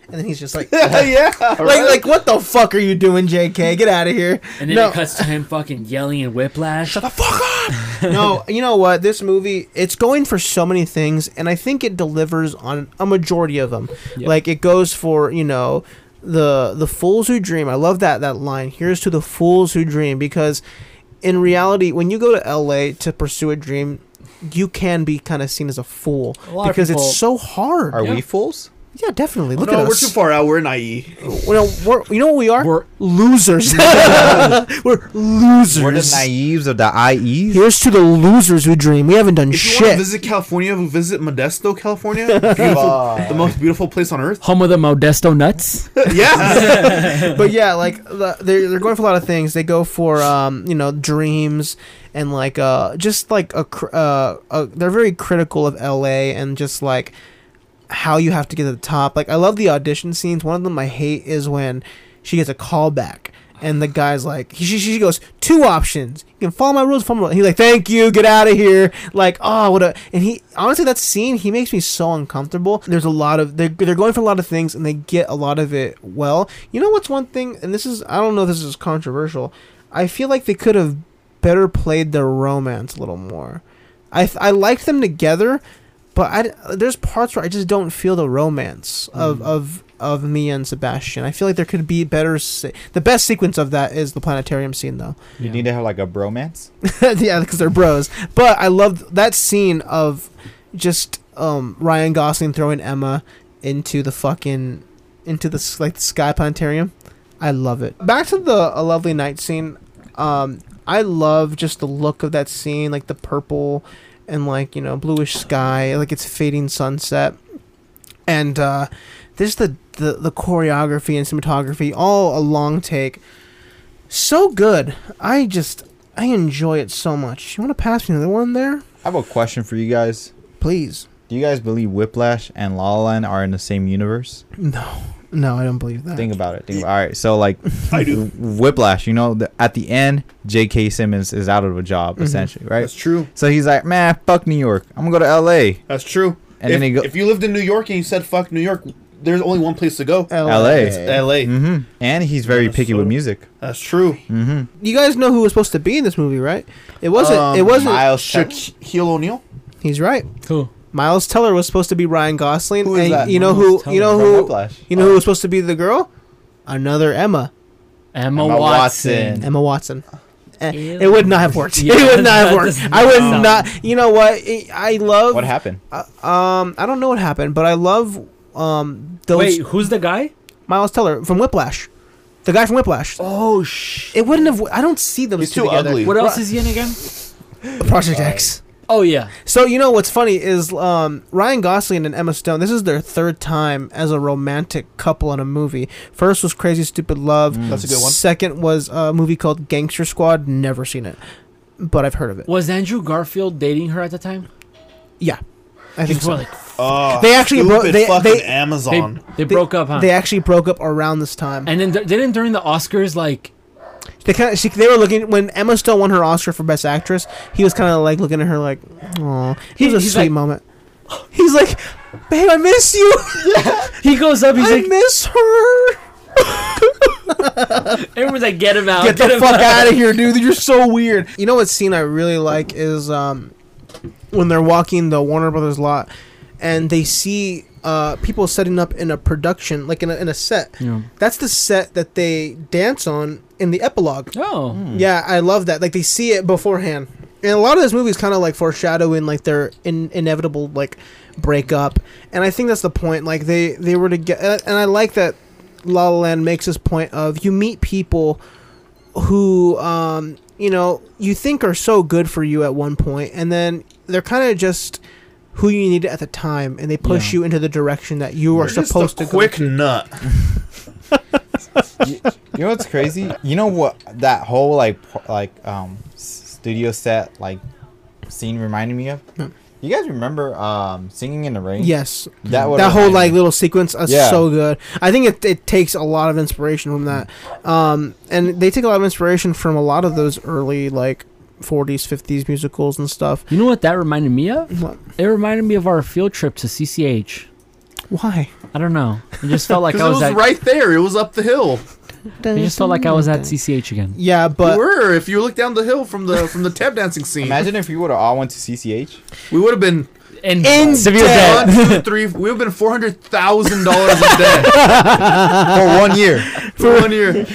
[SPEAKER 1] and then he's just like, like
[SPEAKER 2] yeah, right?
[SPEAKER 1] like what the fuck are you doing, J.K. Get out of here.
[SPEAKER 3] And then
[SPEAKER 1] No.
[SPEAKER 3] it cuts to him fucking yelling and whiplash. Shut the fuck
[SPEAKER 1] no, you know what? This movie, it's going for so many things, and I think it delivers on a majority of them.
[SPEAKER 3] Yeah.
[SPEAKER 1] Like it goes for you know the the fools who dream. I love that that line. Here's to the fools who dream, because in reality, when you go to L.A. to pursue a dream, you can be kind of seen as a fool
[SPEAKER 3] A lot of
[SPEAKER 1] because
[SPEAKER 3] people-
[SPEAKER 1] it's so hard.
[SPEAKER 4] Are
[SPEAKER 3] Yeah.
[SPEAKER 4] we fools?
[SPEAKER 1] yeah, definitely. Look
[SPEAKER 2] no,
[SPEAKER 1] at
[SPEAKER 2] we're
[SPEAKER 1] us.
[SPEAKER 2] too far out. We're in E. IE.
[SPEAKER 1] You know, we're, you know what we are?
[SPEAKER 3] We're-
[SPEAKER 1] losers. we're losers.
[SPEAKER 4] We're the naives of the IEs.
[SPEAKER 1] Here's to the losers who dream. We haven't done
[SPEAKER 2] If you want
[SPEAKER 1] shit.
[SPEAKER 2] to visit California, visit Modesto, California. Beautiful, the most beautiful place on earth.
[SPEAKER 3] Home of the Modesto nuts.
[SPEAKER 2] yeah.
[SPEAKER 1] but yeah, like the, they're they're going for a lot of things. They go for um, you know dreams and like uh, just like a cr- uh, uh, they're very critical of L.A. and just like how you have to get to the top. Like I love the audition scenes. One of them I hate is when she gets a call back. And the guy's like, he, she, she goes, two options. You can follow my rules, follow my rules. He's like, thank you, get out of here. Like, oh, what a. And he, honestly, that scene, he makes me so uncomfortable. There's a lot of, they're, they're going for a lot of things and they get a lot of it well. You know what's one thing, and this is, I don't know if this is controversial. I feel like they could have better played their romance a little more. I, I liked them together, but I there's parts where I just don't feel the romance of of of me and Sebastian. I feel like there could be better. Se- the best sequence of that is the planetarium scene, though.
[SPEAKER 4] You need to have like a bromance.
[SPEAKER 1] yeah, because they're bros. But I love that scene of just um, Ryan Gosling throwing Emma into the fucking into the s- like the sky planetarium. I love it. Back to the a lovely night scene. Um, I love just the look of that scene, like the purple and like you know bluish sky, like it's fading sunset, and uh, there's the, the the choreography and cinematography all a long take. So good. I just I enjoy it so much. You want to pass me another one there,
[SPEAKER 4] I have a question for you guys.
[SPEAKER 1] please?
[SPEAKER 4] Do you guys believe Whiplash and La La Land are in the same universe?
[SPEAKER 1] No, no, I don't believe that.
[SPEAKER 4] Think about it. Think all right. So like,
[SPEAKER 2] I do.
[SPEAKER 4] Whiplash. You know, the, at the end, J.K. Simmons is out of a job
[SPEAKER 1] Mhm.
[SPEAKER 4] essentially, right?
[SPEAKER 2] Mm-hmm. That's true.
[SPEAKER 4] So he's like, man, fuck New York. I'm gonna go to L.A.
[SPEAKER 2] That's true.
[SPEAKER 4] And
[SPEAKER 2] if,
[SPEAKER 4] then he go-
[SPEAKER 2] if you lived in New York and you said "fuck New York," there's only one place to go.
[SPEAKER 4] L.A.
[SPEAKER 2] It's L.A.
[SPEAKER 4] Mm-hmm. And he's very picky with
[SPEAKER 2] Minnesota.
[SPEAKER 4] music.
[SPEAKER 2] That's true.
[SPEAKER 4] Mm-hmm.
[SPEAKER 1] You guys know who was supposed to be in this movie, right? It wasn't. it wasn't.
[SPEAKER 4] Um, Miles
[SPEAKER 2] Shaquille O'Neal.
[SPEAKER 1] he's right.
[SPEAKER 3] Cool.
[SPEAKER 1] Miles Teller was supposed to be Ryan Gosling,
[SPEAKER 4] Who is
[SPEAKER 1] and
[SPEAKER 4] that?
[SPEAKER 1] you know
[SPEAKER 3] Miles
[SPEAKER 1] who? You know
[SPEAKER 4] Teller. From
[SPEAKER 1] who?
[SPEAKER 4] Whiplash.
[SPEAKER 1] You know who was supposed to be the girl? Another Emma,
[SPEAKER 3] Emma,
[SPEAKER 4] Emma
[SPEAKER 3] Watson.
[SPEAKER 4] Watson.
[SPEAKER 1] Emma Watson. Eh,
[SPEAKER 3] Ew.
[SPEAKER 1] It would not have worked.
[SPEAKER 3] Yeah,
[SPEAKER 1] it would not
[SPEAKER 3] that
[SPEAKER 1] have worked.
[SPEAKER 3] does
[SPEAKER 1] I would
[SPEAKER 3] not-
[SPEAKER 1] not. You know what? I I love.
[SPEAKER 4] What happened?
[SPEAKER 1] uh, um, I don't know what happened, but I love um those
[SPEAKER 3] Wait, who's the guy?
[SPEAKER 1] Miles Teller from Whiplash, the guy from Whiplash.
[SPEAKER 3] Oh sh.
[SPEAKER 1] It wouldn't have. I don't see them.
[SPEAKER 2] He's
[SPEAKER 1] two
[SPEAKER 2] too
[SPEAKER 1] together.
[SPEAKER 2] ugly.
[SPEAKER 3] What else is he in again?
[SPEAKER 1] Project X.
[SPEAKER 3] Oh yeah.
[SPEAKER 1] So you know what's funny is um, Ryan Gosling and Emma Stone. This is their third time as a romantic couple in a movie. First was Crazy Stupid Love.
[SPEAKER 2] Mm. That's a good one.
[SPEAKER 1] Second was a movie called Gangster Squad. Never seen it, but I've heard of it.
[SPEAKER 3] Was Andrew Garfield dating her at the time?
[SPEAKER 1] Yeah, I
[SPEAKER 3] They
[SPEAKER 1] think
[SPEAKER 3] were
[SPEAKER 1] so.
[SPEAKER 3] like,
[SPEAKER 2] Oh,
[SPEAKER 1] They actually
[SPEAKER 2] stupid
[SPEAKER 1] bro- they-
[SPEAKER 2] fucking
[SPEAKER 1] they-
[SPEAKER 3] they,
[SPEAKER 2] Amazon.
[SPEAKER 3] they broke up, huh?
[SPEAKER 1] They actually broke up around this time.
[SPEAKER 3] and then th- didn't during the Oscars like
[SPEAKER 1] They kind of she, they were looking when Emma Stone won her Oscar for Best Actress. He was kind of like looking at her like, "Oh, he
[SPEAKER 3] He-
[SPEAKER 1] was a
[SPEAKER 3] he's
[SPEAKER 1] sweet
[SPEAKER 3] like-
[SPEAKER 1] moment." He's like, "Babe, I miss you.
[SPEAKER 3] he goes up, he's
[SPEAKER 1] I
[SPEAKER 3] like,
[SPEAKER 1] miss her.
[SPEAKER 3] everyone's like, get him out,
[SPEAKER 1] Get
[SPEAKER 3] get,
[SPEAKER 1] the
[SPEAKER 3] him
[SPEAKER 1] fuck
[SPEAKER 3] out.
[SPEAKER 1] out of here, dude. You're so weird." You know what scene I really like is um when they're walking the Warner Brothers lot, and they see uh, people setting up in a production, like in a, in a set.
[SPEAKER 3] Yeah.
[SPEAKER 1] That's the set that they dance on in the epilogue.
[SPEAKER 3] Oh.
[SPEAKER 2] Hmm.
[SPEAKER 1] Yeah, I love that. Like they see it beforehand, and a lot of this movie is kind of like foreshadowing like their in- inevitable like breakup. And I think that's the point. Like they they were to get, and I like that La La Land makes this point of you meet people who um you know you think are so good for you at one point, and then they're kind of just who you need at the time, and they push
[SPEAKER 3] Yeah.
[SPEAKER 1] you into the direction that you are
[SPEAKER 2] You're just
[SPEAKER 1] supposed
[SPEAKER 2] a
[SPEAKER 1] to
[SPEAKER 2] quick
[SPEAKER 1] go. to.
[SPEAKER 2] nut.
[SPEAKER 4] you know what's crazy? You know what that whole like p- like um s- studio set like scene reminded me of? You guys remember um singing in the rain?
[SPEAKER 1] Yes,
[SPEAKER 4] That would
[SPEAKER 1] that whole
[SPEAKER 4] remind
[SPEAKER 1] like
[SPEAKER 4] me.
[SPEAKER 1] little sequence is
[SPEAKER 4] Yeah.
[SPEAKER 1] so good. I think it, it takes a lot of inspiration from that, um, and they take a lot of inspiration from a lot of those early like 40s, 50s musicals and stuff.
[SPEAKER 3] You know what that reminded me of?
[SPEAKER 1] What?
[SPEAKER 3] It reminded me of our field trip to CCH.
[SPEAKER 1] Why?
[SPEAKER 3] I don't know. It just felt like
[SPEAKER 2] Because
[SPEAKER 3] I
[SPEAKER 2] it
[SPEAKER 3] was,
[SPEAKER 2] was
[SPEAKER 3] at.
[SPEAKER 2] right there. It was up the hill.
[SPEAKER 3] It just felt like I was at CCH again.
[SPEAKER 1] Yeah,
[SPEAKER 2] we
[SPEAKER 1] but
[SPEAKER 2] were. If you look down the hill from the from the tap dancing scene,
[SPEAKER 4] Imagine if you would have all went to CCH.
[SPEAKER 2] we would have been
[SPEAKER 3] And
[SPEAKER 1] In
[SPEAKER 3] severe
[SPEAKER 1] debt.
[SPEAKER 2] one, two, three. We would have been four hundred thousand dollars in debt
[SPEAKER 4] For one year.
[SPEAKER 2] for one year.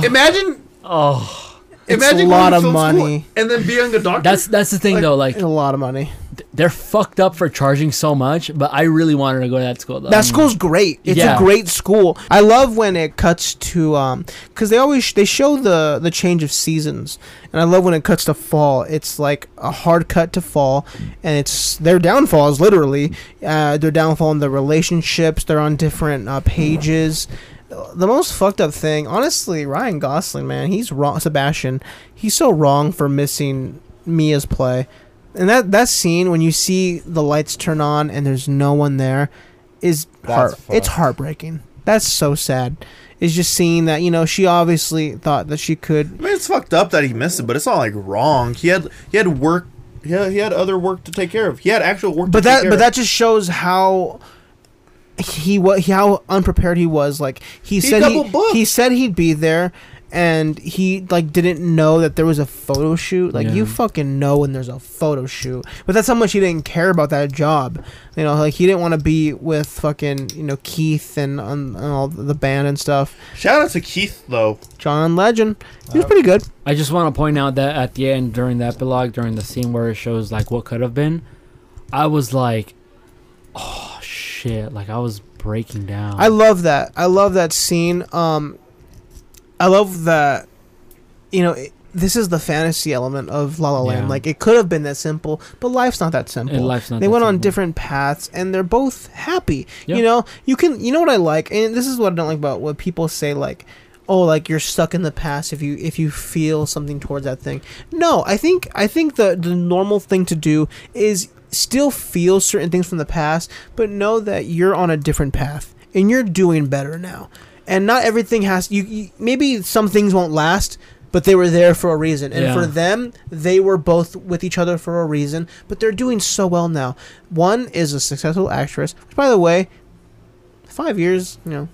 [SPEAKER 2] Imagine,
[SPEAKER 3] Oh,
[SPEAKER 1] It's
[SPEAKER 2] imagine
[SPEAKER 1] a lot
[SPEAKER 2] going to
[SPEAKER 1] of
[SPEAKER 2] film school
[SPEAKER 1] money.
[SPEAKER 2] and then being a doctor.
[SPEAKER 3] that's that's the thing
[SPEAKER 2] Like-
[SPEAKER 3] though. Like
[SPEAKER 1] it's a lot of money.
[SPEAKER 3] th- they're fucked up for charging so much, but I really wanted to go to that school though.
[SPEAKER 1] That school's great. It's
[SPEAKER 3] Yeah.
[SPEAKER 1] a great school. I love when it cuts to um cuz they always sh- they show the the change of seasons. And I love when it cuts to fall. It's like a hard cut to fall and it's their downfall is literally uh their downfall in the relationships. They're on different uh, pages. The most fucked up thing, honestly, Ryan Gosling, man, he's wrong. Sebastian, he's so wrong for missing Mia's play. And that that scene when you see the lights turn on and there's no one there, is
[SPEAKER 4] That's
[SPEAKER 1] heart. It's
[SPEAKER 4] fucked.
[SPEAKER 1] heartbreaking. That's so sad. Is just seeing that you know she obviously thought that she could.
[SPEAKER 2] I mean, it's fucked up that he missed it, but it's not like wrong. He had he had work. He had, he had other work to take care of. He had actual work.
[SPEAKER 1] But
[SPEAKER 2] to
[SPEAKER 1] that
[SPEAKER 2] take
[SPEAKER 1] but
[SPEAKER 2] care
[SPEAKER 1] that just shows how he was how unprepared he was. Like he, said he,
[SPEAKER 2] double booked.
[SPEAKER 1] he said he'd be there. And he like didn't know that there was a photo shoot. Like
[SPEAKER 3] Yeah.
[SPEAKER 1] you fucking know when there's a photo shoot. But that's how much he didn't care about that job. You know, like he didn't want to be with fucking you know Keith and, and all the band and stuff.
[SPEAKER 2] of. Shout out to Keith though.
[SPEAKER 1] John Legend, he was pretty good.
[SPEAKER 3] I just want to point out that at the end, during the epilogue, during the scene where it shows like what could have been, I was like, oh shit! Like I was breaking down.
[SPEAKER 1] I love that. I love that scene. Um, I love that. You know, it, this is the fantasy element of La La Land.
[SPEAKER 3] Yeah.
[SPEAKER 1] Like it could have been that simple, but life's not that simple.
[SPEAKER 3] And life's not
[SPEAKER 1] they
[SPEAKER 3] that
[SPEAKER 1] went on
[SPEAKER 3] simple.
[SPEAKER 1] different paths, and they're both happy.
[SPEAKER 3] Yeah.
[SPEAKER 1] You know, you can. You know what I like, and this is what I don't like about what people say. Like, oh, like you're stuck in the past if you if you feel something towards that thing. No, I think I think the the normal thing to do is still feel certain things from the past, but know that you're on a different path and you're doing better now. And not everything has you. you maybe some things won't last, but they were there for a reason. And
[SPEAKER 3] Yeah.
[SPEAKER 1] for them, they were both with each other for a reason. But they're doing so well now. One is a successful actress, which, by the way, five years, you know.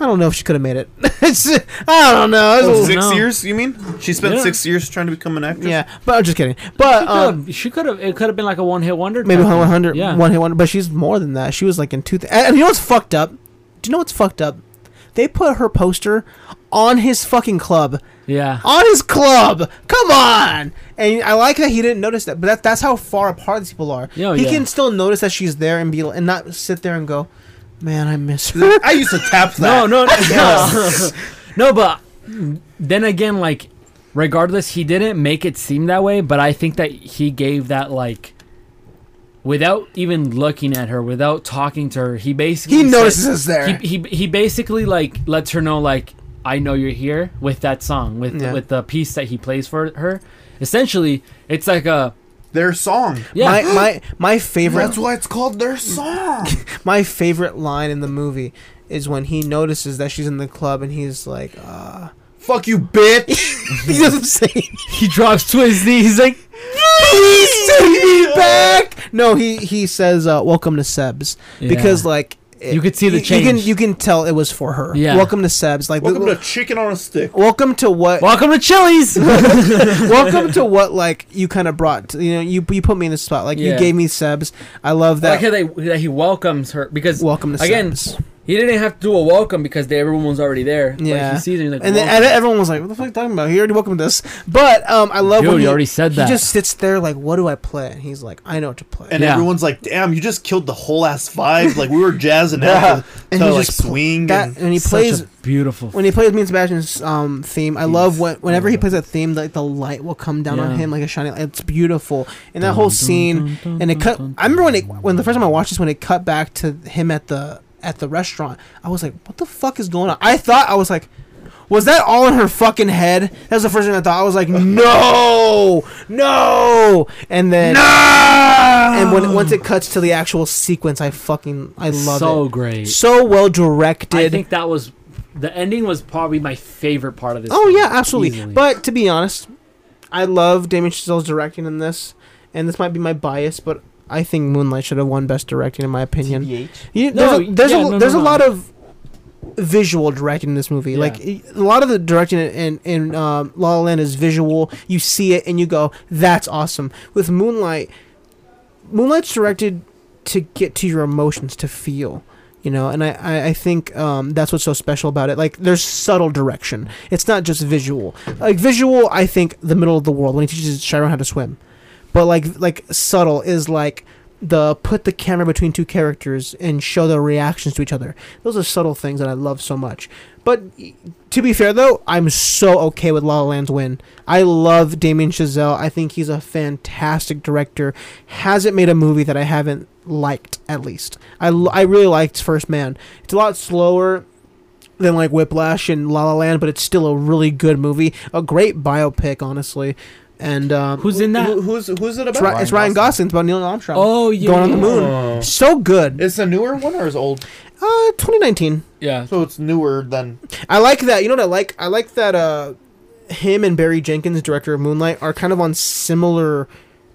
[SPEAKER 1] I don't know if she could have made it. It's- I don't know.
[SPEAKER 3] Oh,
[SPEAKER 1] It's a
[SPEAKER 2] Six
[SPEAKER 1] little-
[SPEAKER 3] no.
[SPEAKER 2] years, you mean? She spent
[SPEAKER 3] Yeah.
[SPEAKER 2] six years trying to become an actress.
[SPEAKER 1] Oh, yeah, but I'm just kidding. But
[SPEAKER 3] She
[SPEAKER 1] um,
[SPEAKER 3] could've- she could have. It could have been like a one-hit wonder.
[SPEAKER 1] maybe
[SPEAKER 3] type thing.
[SPEAKER 1] 100,
[SPEAKER 3] Yeah.
[SPEAKER 1] one hit wonder. But she's more than that. She was like in two. Th- and you know what's fucked up? Do you know what's fucked up? They put her poster on his fucking club.
[SPEAKER 3] yeah.
[SPEAKER 1] on his club. Come on. And I like that he didn't notice that, but that, that's how far apart these people are.
[SPEAKER 3] Yeah,
[SPEAKER 1] he
[SPEAKER 3] yeah.
[SPEAKER 1] can still notice that she's there and be and not sit there and go, "Man, I miss her."
[SPEAKER 2] I used to tap
[SPEAKER 3] No,
[SPEAKER 2] that.
[SPEAKER 3] no, no. no. no, but then again, like, regardless, he didn't make it seem that way, but I think that he gave that, like, without even looking at her, without talking to her, he basically.
[SPEAKER 1] He
[SPEAKER 3] said-
[SPEAKER 1] notices us there.
[SPEAKER 3] He, he, he basically, like, lets her know, like, I know you're here with that song, with,
[SPEAKER 1] Yeah.
[SPEAKER 3] with the piece that he plays for her. Essentially, it's like a.
[SPEAKER 2] Their song.
[SPEAKER 3] Yeah.
[SPEAKER 1] My my my favorite
[SPEAKER 2] That's why it's called their song.
[SPEAKER 1] my favorite line in the movie is when he notices that she's in the club and he's like, uh,
[SPEAKER 2] Fuck you, bitch.
[SPEAKER 1] he doesn't say
[SPEAKER 3] he drops to his knees. He's like,
[SPEAKER 1] please take me back. No, he he says, uh, "Welcome to Seb's,"
[SPEAKER 3] Yeah.
[SPEAKER 1] because like it-
[SPEAKER 3] You could see the
[SPEAKER 1] You can
[SPEAKER 3] change.
[SPEAKER 1] you can tell it was for her.
[SPEAKER 3] Yeah.
[SPEAKER 1] Welcome to Seb's. Like
[SPEAKER 2] Welcome to
[SPEAKER 1] welcome,
[SPEAKER 2] chicken on a stick.
[SPEAKER 1] to what
[SPEAKER 3] Welcome to Chili's.
[SPEAKER 1] welcome to what like you kind of brought. To, you know you you put me in the spot. Like you
[SPEAKER 3] Yeah.
[SPEAKER 1] gave me Seb's. I love
[SPEAKER 3] I like
[SPEAKER 1] that.
[SPEAKER 3] how they, that he welcomes her because
[SPEAKER 1] welcome to
[SPEAKER 3] again
[SPEAKER 1] Seb's.
[SPEAKER 3] he didn't have to do a welcome because they, everyone was already there. like,
[SPEAKER 1] Yeah.
[SPEAKER 3] he sees her, he's like,
[SPEAKER 1] And then and
[SPEAKER 3] "Welcome."
[SPEAKER 1] everyone was like, "What the fuck are you talking about? He already welcomed us." But um, I love
[SPEAKER 3] Dude,
[SPEAKER 1] when he,
[SPEAKER 3] you already said that.
[SPEAKER 1] He just sits there like, "What do I play?" And he's like, "I know what to play."
[SPEAKER 2] And
[SPEAKER 3] Yeah.
[SPEAKER 2] everyone's like, "Damn, you just killed the whole ass vibe!" Like we were jazzing
[SPEAKER 4] Yeah.
[SPEAKER 2] out to,
[SPEAKER 1] And
[SPEAKER 2] to,
[SPEAKER 1] he
[SPEAKER 2] like
[SPEAKER 1] just pl-
[SPEAKER 2] swing.
[SPEAKER 1] that,
[SPEAKER 2] and,
[SPEAKER 1] and he
[SPEAKER 3] Such
[SPEAKER 1] plays
[SPEAKER 3] a beautiful.
[SPEAKER 1] when he plays me and Sebastian's um, theme, I love when, whenever he plays that theme, like the light will come down on
[SPEAKER 3] Yeah.
[SPEAKER 1] him like a shining. light. It's beautiful, and that whole scene, and it cut. I remember when it when the first time I watched this, when it cut back to him at the at the restaurant, I was like, "What the fuck is going on?" I thought I was like. Was that all in her fucking head? That was the first thing I thought. I was like, no, no, and then and when once it cuts to the actual sequence, I fucking I love
[SPEAKER 3] so
[SPEAKER 1] it.
[SPEAKER 3] great.
[SPEAKER 1] So well directed.
[SPEAKER 3] I think that was the ending was probably my favorite part of this.
[SPEAKER 1] Oh
[SPEAKER 3] film,
[SPEAKER 1] yeah, absolutely.
[SPEAKER 3] easily.
[SPEAKER 1] But to be honest, I love Damien Chazelle's directing in this, and this might be my bias, but I think Moonlight should have won Best Directing in my opinion. You,
[SPEAKER 3] No,
[SPEAKER 1] there's a, there's,
[SPEAKER 3] yeah,
[SPEAKER 1] a,
[SPEAKER 3] no,
[SPEAKER 1] there's
[SPEAKER 3] no,
[SPEAKER 1] a
[SPEAKER 3] no.
[SPEAKER 1] lot of visual directing in this movie.
[SPEAKER 3] Yeah.
[SPEAKER 1] Like i- a lot of the directing in in, in um, La La Land is visual. You see it and you go, "That's awesome." With Moonlight, Moonlight's directed to get to your emotions to feel. You know, and I, I, I think um, that's what's so special about it. Like, there's subtle direction. It's not just visual. Like, visual, I think, the middle of the world when he teaches Chiron how to swim. But, like, like subtle is like the put the camera between two characters and show their reactions to each other. Those are subtle things that I love so much. But y- to be fair though, I'm so okay with La La Land's win. I love Damien Chazelle. I think he's a fantastic director. Hasn't made a movie that I haven't liked at least. I, l- I really liked First Man. It's a lot slower than like Whiplash and La La Land, but it's still a really good movie. A great biopic, honestly. And um,
[SPEAKER 3] who's in that?
[SPEAKER 2] Who, who's who's it
[SPEAKER 1] it's,
[SPEAKER 2] about?
[SPEAKER 1] Ri- it's Ryan
[SPEAKER 4] Ryan Gosling.
[SPEAKER 1] Gosling. It's about Neil Armstrong.
[SPEAKER 3] Oh yeah,
[SPEAKER 1] Going on um, the
[SPEAKER 3] yeah.
[SPEAKER 1] moon.
[SPEAKER 2] Oh.
[SPEAKER 1] So good.
[SPEAKER 2] It's a newer one or is old?
[SPEAKER 1] Uh, 2019.
[SPEAKER 3] Yeah,
[SPEAKER 2] So it's newer than.
[SPEAKER 1] I like that. You know what I like? I like that uh, him and Barry Jenkins, director of Moonlight, are kind of on similar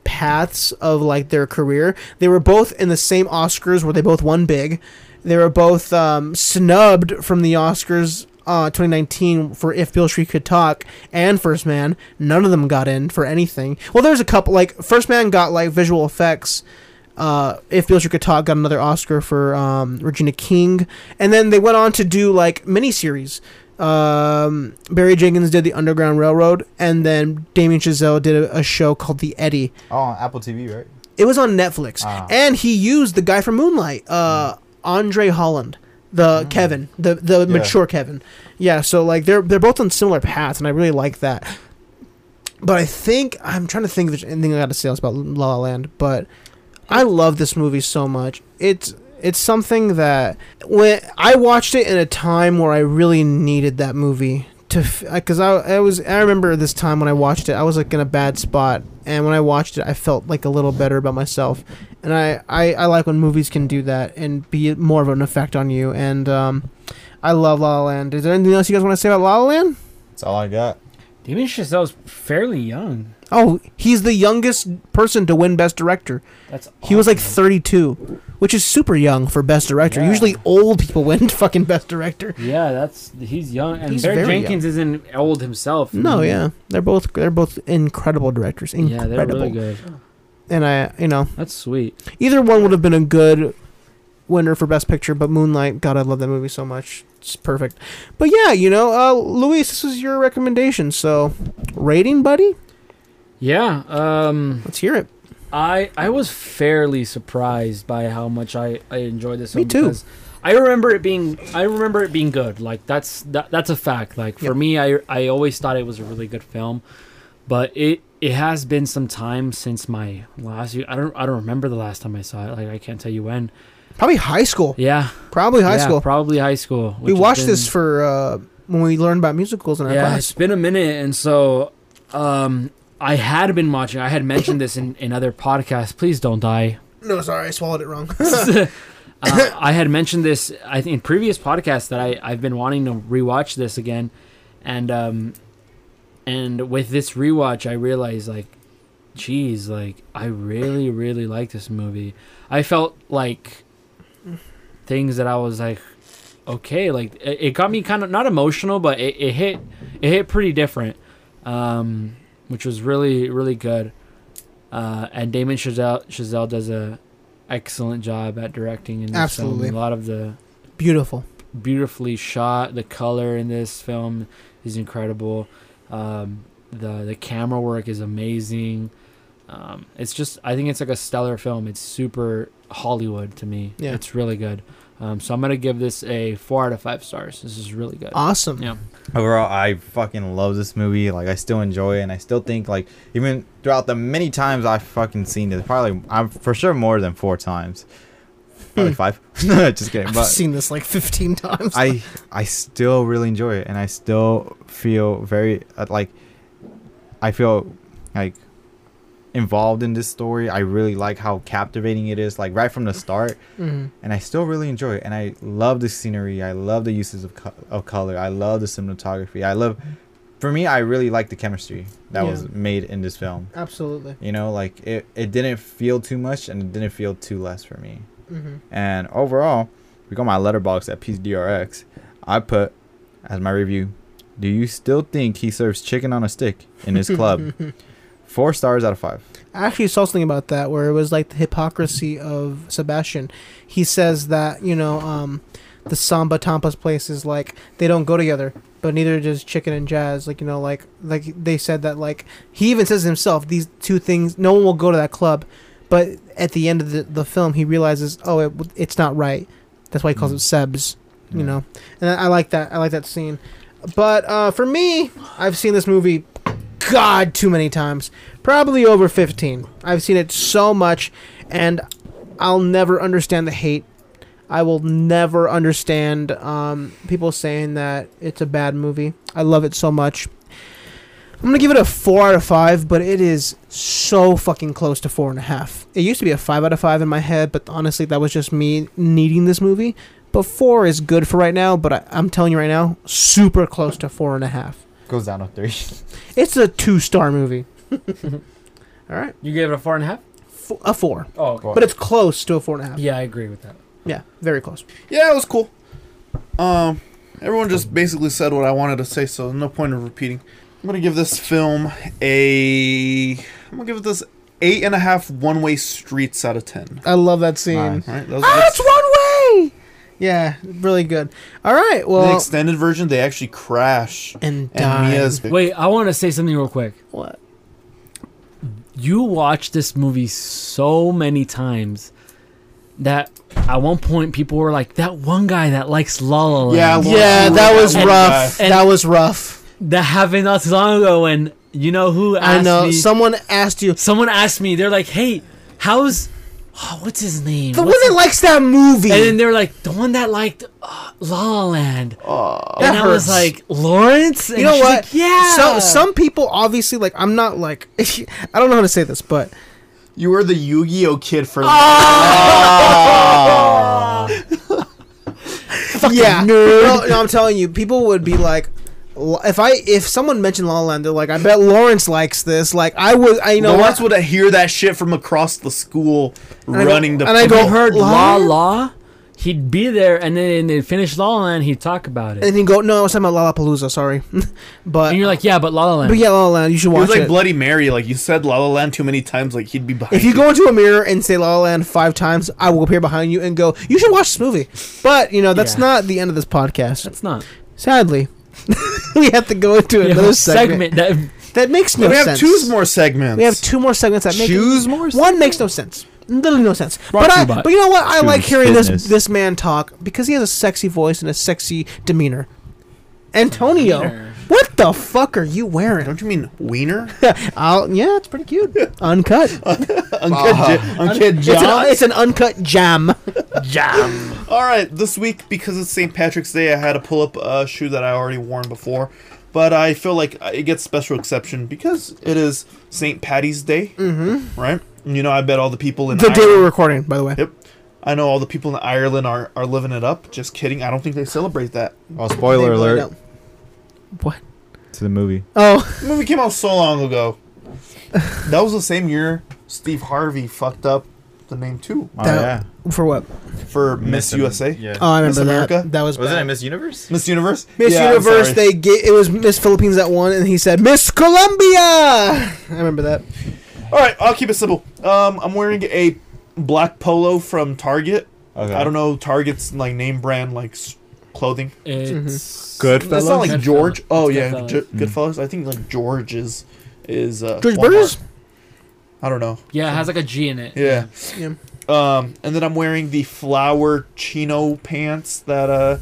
[SPEAKER 1] paths of like their career. They were both in the same Oscars where they both won big. They were both um, snubbed from the Oscars uh, 2019 for If Bill Street Could Talk and First Man. None of them got in for anything. Well, there's a couple. Like First Man got like visual effects. Uh, if Bill Street Could Talk got another Oscar for um, Regina King, and then they went on to do like miniseries. Um, Barry Jenkins did the Underground Railroad, and then Damien Chazelle did a, a show called The Eddie.
[SPEAKER 4] Oh, on Apple TV, right?
[SPEAKER 1] It was on Netflix,
[SPEAKER 4] Ah.
[SPEAKER 1] and he used the guy from Moonlight, uh, Andre Holland, the Kevin, the the mature Kevin. Yeah, so like they're they're both on similar paths, and I really like that. But I think I'm trying to think if there's anything I got to say else about La La Land, but I love this movie so much. It's it's something that when I watched it in a time where I really needed that movie to because I, I was I remember this time when I watched it I was like in a bad spot and when I watched it I felt like a little better about myself and I I, I like when movies can do that and be more of an effect on you and um, I love La La Land. Is there anything else you guys want to say about La La Land?
[SPEAKER 4] That's all I got.
[SPEAKER 3] Damien Chazelle's fairly young.
[SPEAKER 1] Oh, he's the youngest person to win Best Director.
[SPEAKER 3] That's
[SPEAKER 1] He was like 32, which is super young for Best Director.
[SPEAKER 3] Yeah.
[SPEAKER 1] Usually old people win fucking Best Director.
[SPEAKER 3] yeah, that's he's young, and
[SPEAKER 1] He's
[SPEAKER 3] Barry
[SPEAKER 1] very
[SPEAKER 3] Jenkins isn't old himself.
[SPEAKER 1] No, yeah. They're both they're both incredible directors.
[SPEAKER 3] Hmm. yeah,
[SPEAKER 1] Incredible.
[SPEAKER 3] they're really good.
[SPEAKER 1] And I, you know,
[SPEAKER 3] That's sweet.
[SPEAKER 1] either one would have been a good winner for Best Picture, but Moonlight, God, I love that movie so much. It's perfect. But yeah, you know, uh, Luis, this is your recommendation. So, rating, buddy?
[SPEAKER 3] Yeah, um,
[SPEAKER 1] Let's hear it.
[SPEAKER 3] I I was fairly surprised by how much I I enjoyed this.
[SPEAKER 1] Me
[SPEAKER 3] film
[SPEAKER 1] too.
[SPEAKER 3] because I remember it being I remember it being good. Like that's that, that's a fact. Like for
[SPEAKER 1] Yep.
[SPEAKER 3] me, I I always thought it was a really good film, but it it has been some time since my last. year- I don't I don't remember the last time I saw it. Like I can't tell you when.
[SPEAKER 1] Probably high school.
[SPEAKER 3] Yeah,
[SPEAKER 1] Probably high
[SPEAKER 3] yeah,
[SPEAKER 1] school.
[SPEAKER 3] Probably high school.
[SPEAKER 1] we
[SPEAKER 3] which has
[SPEAKER 1] watched
[SPEAKER 3] been-
[SPEAKER 1] this for uh, when we learned about musicals in our
[SPEAKER 3] yeah,
[SPEAKER 1] class.
[SPEAKER 3] it's been a minute, and so um, I had been watching. I had mentioned this in in other podcasts. Please don't die.
[SPEAKER 1] No, sorry, I swallowed it wrong.
[SPEAKER 3] uh, I had mentioned this I think in previous podcasts that I I've been wanting to rewatch this again, and um, and with this rewatch I realized like, geez, like I really really like this movie. I felt like things that I was like, okay, like it, it got me kind of not emotional, but it, it hit it hit pretty different, um, which was really really good. Uh, and Damon Chazelle Chazelle does a excellent job at directing and
[SPEAKER 1] Absolutely.
[SPEAKER 3] a lot of the
[SPEAKER 1] Beautiful.
[SPEAKER 3] beautifully shot. The color in this film is incredible. Um, the the camera work is amazing. Um, it's just I think it's like a stellar film. It's super Hollywood to me.
[SPEAKER 1] Yeah.
[SPEAKER 3] it's really good. Um, so I'm gonna give this a four out of five stars. This is really good.
[SPEAKER 1] Awesome.
[SPEAKER 3] yeah,
[SPEAKER 4] overall i fucking love this movie like i still enjoy it and i still think like even throughout the many times i've fucking seen it probably i'm for sure more than four times probably five just kidding
[SPEAKER 1] I've
[SPEAKER 4] but
[SPEAKER 1] seen this like 15 times.
[SPEAKER 4] i i still really enjoy it and i still feel very uh, like i feel like involved in this story i really like how captivating it is like right from the start
[SPEAKER 1] Mhm.
[SPEAKER 4] and I still really enjoy it. And I love the scenery. I love the uses of, co- of color. I love the cinematography. I love, for me, I really like the chemistry that
[SPEAKER 1] Yeah.
[SPEAKER 4] was made in this film.
[SPEAKER 1] Absolutely.
[SPEAKER 4] You know, like it, it didn't feel too much and it didn't feel too less for me.
[SPEAKER 1] Mm-hmm.
[SPEAKER 4] And overall, we got my letterbox at PDRX. I put as my review. Do you still think he serves chicken on a stick in his club? Four stars out of five.
[SPEAKER 1] I actually saw something about that where it was like the hypocrisy of Sebastian. He says that you know um, the samba tampas place is like they don't go together, but neither does chicken and jazz. Like you know, like like they said that like he even says himself these two things. No one will go to that club, but at the end of the, the film, he realizes oh it, it's not right. That's why he calls it Seb's. You
[SPEAKER 4] Yeah.
[SPEAKER 1] know, and I, I like that. I like that scene. But uh, for me, I've seen this movie God too many times. Probably over 15. I've seen it so much, and I'll never understand the hate. I will never understand um, people saying that it's a bad movie. I love it so much. I'm gonna give it a four out of five, but it is so fucking close to four and a half. It used to be a five out of five in my head, but honestly, that was just me needing this movie. But four is good for right now. But I, I'm telling you right now, super close to four and a half.
[SPEAKER 4] Goes down to three.
[SPEAKER 1] It's a two star movie. All right,
[SPEAKER 3] you gave it a four and a half.
[SPEAKER 1] F- a four,
[SPEAKER 3] Oh,
[SPEAKER 2] okay.
[SPEAKER 1] but it's close to a four and a half. Yeah,
[SPEAKER 3] yeah, I agree with that.
[SPEAKER 1] very close.
[SPEAKER 2] Yeah, it was cool. Um, everyone just basically said what I wanted to say, so no point of repeating. I'm gonna give this film a. I'm gonna give this eight and a half one-way streets out of ten.
[SPEAKER 1] I love that scene.
[SPEAKER 4] Nice.
[SPEAKER 2] All right, that was
[SPEAKER 1] Ah,
[SPEAKER 2] that's
[SPEAKER 1] it's one way. Yeah, really good. All right,
[SPEAKER 2] the
[SPEAKER 1] well,
[SPEAKER 2] extended version. They actually crash.
[SPEAKER 1] and
[SPEAKER 2] And
[SPEAKER 1] die.
[SPEAKER 2] Mia's
[SPEAKER 3] Wait, I want to say something real quick.
[SPEAKER 1] What?
[SPEAKER 3] you watched this movie so many times that at one point people were like, "That one guy that likes La La Land."
[SPEAKER 2] Yeah, Lawrence
[SPEAKER 1] Yeah,
[SPEAKER 2] Hulu,
[SPEAKER 1] that was
[SPEAKER 2] one
[SPEAKER 1] rough.
[SPEAKER 3] guy.
[SPEAKER 1] That was rough.
[SPEAKER 3] that happened not too long ago, and you know who? Asked
[SPEAKER 1] I know.
[SPEAKER 3] Me,
[SPEAKER 1] Someone asked you.
[SPEAKER 3] someone asked me. They're like, "Hey, how's oh, what's his name?"
[SPEAKER 1] The one
[SPEAKER 3] What's
[SPEAKER 1] that likes that movie.
[SPEAKER 3] his-" and then they're like, "The one that liked uh, La La Land,"
[SPEAKER 2] Oh,
[SPEAKER 3] and
[SPEAKER 1] that
[SPEAKER 3] I was
[SPEAKER 1] hurts.
[SPEAKER 3] like, "Lawrence." And
[SPEAKER 1] you know
[SPEAKER 3] she's
[SPEAKER 1] what?
[SPEAKER 3] Like, yeah.
[SPEAKER 1] So some people obviously like. I'm not like. I don't know how to say this, but
[SPEAKER 2] you were the Yu-Gi-Oh kid for.
[SPEAKER 1] Ah, yeah. No, no, I'm telling you, people would be like. l- If I if someone mentioned La La Land, they're like, I bet Lawrence likes this. Like I would, I you know
[SPEAKER 2] Lawrence
[SPEAKER 1] what?
[SPEAKER 2] would hear that shit from across the school,
[SPEAKER 1] I go-
[SPEAKER 2] running the.
[SPEAKER 1] and I
[SPEAKER 3] If
[SPEAKER 1] go-
[SPEAKER 3] you heard La
[SPEAKER 1] Lion?
[SPEAKER 3] La, he'd be there, and then they'd finish La La Land. He'd talk about it,
[SPEAKER 1] And he go, no, I was talking about Lollapalooza, sorry, but
[SPEAKER 3] and you're like, "Yeah, but La La Land."
[SPEAKER 1] but yeah, La La Land, you should
[SPEAKER 2] He
[SPEAKER 1] watch
[SPEAKER 2] was like
[SPEAKER 1] it.
[SPEAKER 2] Bloody Mary. Like you said, La La Land too many times. Like he'd be behind.
[SPEAKER 1] If you go into a mirror and say La La Land five times, I will appear behind you and go, "You should watch this movie." But you know that's
[SPEAKER 3] Yeah.
[SPEAKER 1] not the end of this podcast.
[SPEAKER 3] That's not
[SPEAKER 1] Sadly, we have to go into
[SPEAKER 3] Yeah,
[SPEAKER 1] another segment.
[SPEAKER 3] segment. that
[SPEAKER 1] that makes no
[SPEAKER 2] we have
[SPEAKER 1] sense.
[SPEAKER 2] two more segments.
[SPEAKER 1] We have two more segments that make
[SPEAKER 4] Choose more
[SPEAKER 1] One makes no sense. Literally no sense.
[SPEAKER 3] Brought
[SPEAKER 1] but
[SPEAKER 3] to
[SPEAKER 1] I,
[SPEAKER 3] you by
[SPEAKER 1] but you know what? I
[SPEAKER 4] Choose
[SPEAKER 1] like hearing
[SPEAKER 4] fitness.
[SPEAKER 1] this this man talk because he has a sexy voice and a sexy demeanor. Antonio,
[SPEAKER 3] Demeanor.
[SPEAKER 1] what the fuck are you wearing?
[SPEAKER 2] Don't you mean wiener?
[SPEAKER 1] I'll, yeah, it's pretty cute. Uncut.
[SPEAKER 2] Uncut, ja- uncut
[SPEAKER 1] It's
[SPEAKER 2] jam.
[SPEAKER 1] an, it's an uncut jam.
[SPEAKER 2] All right, this week because it's St. Patrick's Day, I had to pull up a shoe that I already worn before, but I feel like it gets special exception because it is St. Patty's Day, mm-hmm. right? And You know, I bet all the people in
[SPEAKER 1] the day we're
[SPEAKER 2] Ireland,
[SPEAKER 1] recording, by the way.
[SPEAKER 2] yep, I know all the people in Ireland are are living it up. Just kidding, I don't think they celebrate that.
[SPEAKER 4] Oh, spoiler
[SPEAKER 1] They really
[SPEAKER 4] alert
[SPEAKER 1] don't. What?
[SPEAKER 4] to the movie.
[SPEAKER 1] Oh,
[SPEAKER 2] The movie came out so long ago. That was the same year Steve Harvey fucked up the name too
[SPEAKER 4] Oh,
[SPEAKER 1] That- For what?
[SPEAKER 2] for Miss,
[SPEAKER 4] Miss
[SPEAKER 2] USA,
[SPEAKER 4] Yeah.
[SPEAKER 1] Oh, I
[SPEAKER 2] Miss
[SPEAKER 1] remember
[SPEAKER 2] America?
[SPEAKER 1] that. That was
[SPEAKER 4] Wasn't
[SPEAKER 1] bad. Uh,
[SPEAKER 4] it Miss Universe?
[SPEAKER 2] Miss Universe,
[SPEAKER 1] Miss
[SPEAKER 2] Yeah, I'm
[SPEAKER 1] Universe.
[SPEAKER 2] sorry.
[SPEAKER 1] They gave it was Miss Philippines that won, and he said Miss Colombia. I remember that.
[SPEAKER 2] All right, I'll keep it simple. Um, I'm wearing a black polo from Target.
[SPEAKER 4] Okay.
[SPEAKER 2] I don't know Target's like name brand like s- clothing.
[SPEAKER 3] It's
[SPEAKER 4] Mm-hmm. Good
[SPEAKER 2] That's not like
[SPEAKER 3] Goodfellas.
[SPEAKER 2] George. Oh yeah,
[SPEAKER 3] Goodfellas.
[SPEAKER 2] Ge- Goodfellas. I think like George is is uh,
[SPEAKER 1] George
[SPEAKER 2] Walmart.
[SPEAKER 1] Burgers.
[SPEAKER 2] I don't know.
[SPEAKER 3] Yeah, it has like a G in it.
[SPEAKER 2] Yeah.
[SPEAKER 1] Yeah.
[SPEAKER 2] Um, and then I'm wearing the flower chino pants that uh,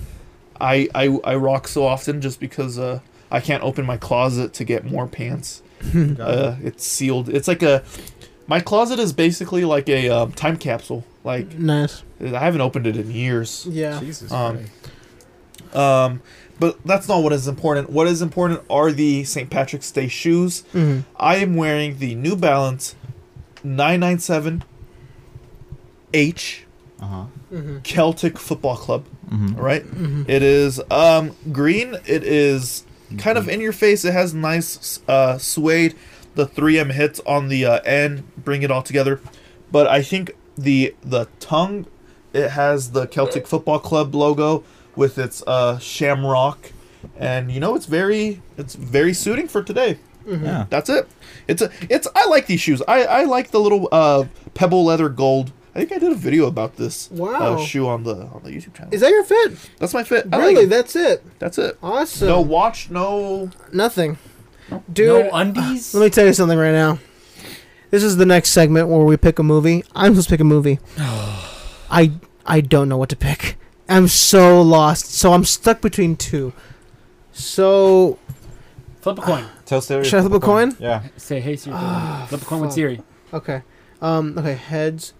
[SPEAKER 2] I, I I rock so often just because uh, I can't open my closet to get more pants. Uh, it's sealed. It's like a my closet is basically like a um, time capsule. Like
[SPEAKER 1] Nice.
[SPEAKER 2] I haven't opened it in years.
[SPEAKER 1] Yeah.
[SPEAKER 4] Jesus
[SPEAKER 2] Um,
[SPEAKER 4] Christ.
[SPEAKER 2] Um, but that's not what is important. What is important are the St. Patrick's Day shoes.
[SPEAKER 1] Mhm.
[SPEAKER 2] I am wearing the New Balance 997 H
[SPEAKER 4] Uh-huh.
[SPEAKER 1] Mm-hmm.
[SPEAKER 2] Celtic Football Club.
[SPEAKER 4] Mhm.
[SPEAKER 2] All right? It is um, green. It is kind of in your face. It has nice uh, suede. The 3M hits on the uh, end bring it all together. But I think the the tongue, it has the Celtic Football Club logo with its uh, shamrock, and you know it's very it's very suiting for today.
[SPEAKER 1] Mm-hmm.
[SPEAKER 4] Yeah.
[SPEAKER 2] That's it. It's a, it's I like these shoes. I I like the little uh, pebble leather gold. I think I did a video about this
[SPEAKER 1] Wow.
[SPEAKER 2] uh, shoe on the on the YouTube channel.
[SPEAKER 1] Oh. Is that your fit?
[SPEAKER 2] That's my fit. I
[SPEAKER 1] Really?
[SPEAKER 2] like it.
[SPEAKER 1] that's it.
[SPEAKER 2] That's it.
[SPEAKER 1] Awesome.
[SPEAKER 2] no watch, no.
[SPEAKER 1] Nothing. Dude, uh,
[SPEAKER 3] No undies.
[SPEAKER 1] let me tell you something right now. This is the next segment where we pick a movie. I'm supposed to pick a movie. I I don't know what to pick. I'm so lost. So I'm stuck between two. So
[SPEAKER 3] Flip a coin.
[SPEAKER 4] Tell Siri.
[SPEAKER 1] Should I flip a coin?
[SPEAKER 4] Yeah.
[SPEAKER 3] Say hey Siri. Flip a coin with
[SPEAKER 1] Ah, fuck.
[SPEAKER 3] Siri.
[SPEAKER 1] okay. Um okay, heads.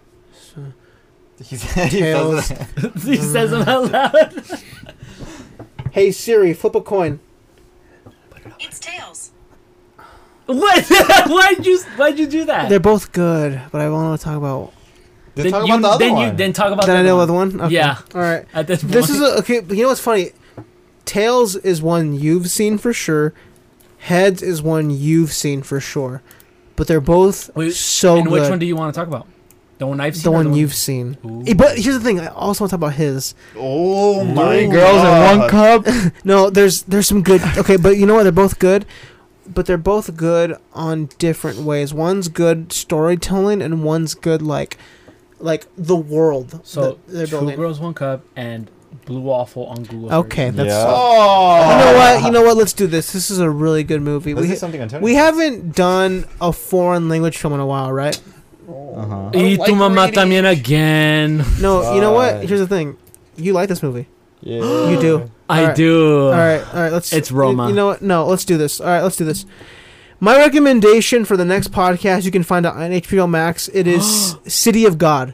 [SPEAKER 4] He's, he
[SPEAKER 1] Tails.
[SPEAKER 4] does that.
[SPEAKER 3] he says them out loud.
[SPEAKER 1] Hey Siri, flip a coin.
[SPEAKER 5] It's tails.
[SPEAKER 3] what? why'd you? Why'd you do that?
[SPEAKER 1] They're both good, but I want to talk about
[SPEAKER 4] Then talk
[SPEAKER 3] you,
[SPEAKER 4] about the other
[SPEAKER 3] then
[SPEAKER 4] one.
[SPEAKER 3] You, then talk about
[SPEAKER 1] Did
[SPEAKER 3] the
[SPEAKER 1] I know
[SPEAKER 3] other
[SPEAKER 1] the one? Okay.
[SPEAKER 3] Yeah.
[SPEAKER 1] All right.
[SPEAKER 3] At this point,
[SPEAKER 1] This is a, okay. You know what's funny? Tails is one you've seen for sure. Heads is one you've seen for sure. But they're both
[SPEAKER 3] Wait,
[SPEAKER 1] so
[SPEAKER 3] and
[SPEAKER 1] good.
[SPEAKER 3] which one do you want to talk about? The one I've seen.
[SPEAKER 1] the
[SPEAKER 3] or
[SPEAKER 1] one
[SPEAKER 3] the
[SPEAKER 1] you've seen.
[SPEAKER 3] Ooh.
[SPEAKER 1] Eh, But here's the thing. I also want to talk about his.
[SPEAKER 2] Oh my
[SPEAKER 4] Three girls in one
[SPEAKER 2] God.
[SPEAKER 4] cup.
[SPEAKER 1] No, there's there's some good. Okay, but you know what? They're both good. But they're both good on different ways. One's good storytelling, and one's good like, like the world.
[SPEAKER 3] So
[SPEAKER 1] that they're
[SPEAKER 3] two
[SPEAKER 1] building.
[SPEAKER 3] girls, one cup, and blue waffle on Google.
[SPEAKER 1] Okay, that's
[SPEAKER 4] Yeah.
[SPEAKER 2] Oh.
[SPEAKER 1] You know what? You know what? Let's do this. This is a really good movie.
[SPEAKER 4] Let's
[SPEAKER 1] We,
[SPEAKER 4] do something on Tony.
[SPEAKER 1] we haven't done a foreign language film in a while, right?
[SPEAKER 2] Oh.
[SPEAKER 4] Uh-huh.
[SPEAKER 2] I don't
[SPEAKER 3] Y tu
[SPEAKER 2] like
[SPEAKER 3] mamá
[SPEAKER 2] reading.
[SPEAKER 3] también again.
[SPEAKER 1] No, you know what?
[SPEAKER 2] Uh.
[SPEAKER 4] Right.
[SPEAKER 1] Here's the thing. You like this movie.
[SPEAKER 4] Yeah.
[SPEAKER 1] You do.
[SPEAKER 3] I
[SPEAKER 1] Alright.
[SPEAKER 3] do.
[SPEAKER 1] All right, all right. Let's.
[SPEAKER 3] It's Roma.
[SPEAKER 1] You, you know what? No, let's do this. All right, let's do this. My recommendation for the next podcast you can find it on HBO Max. It is City of God.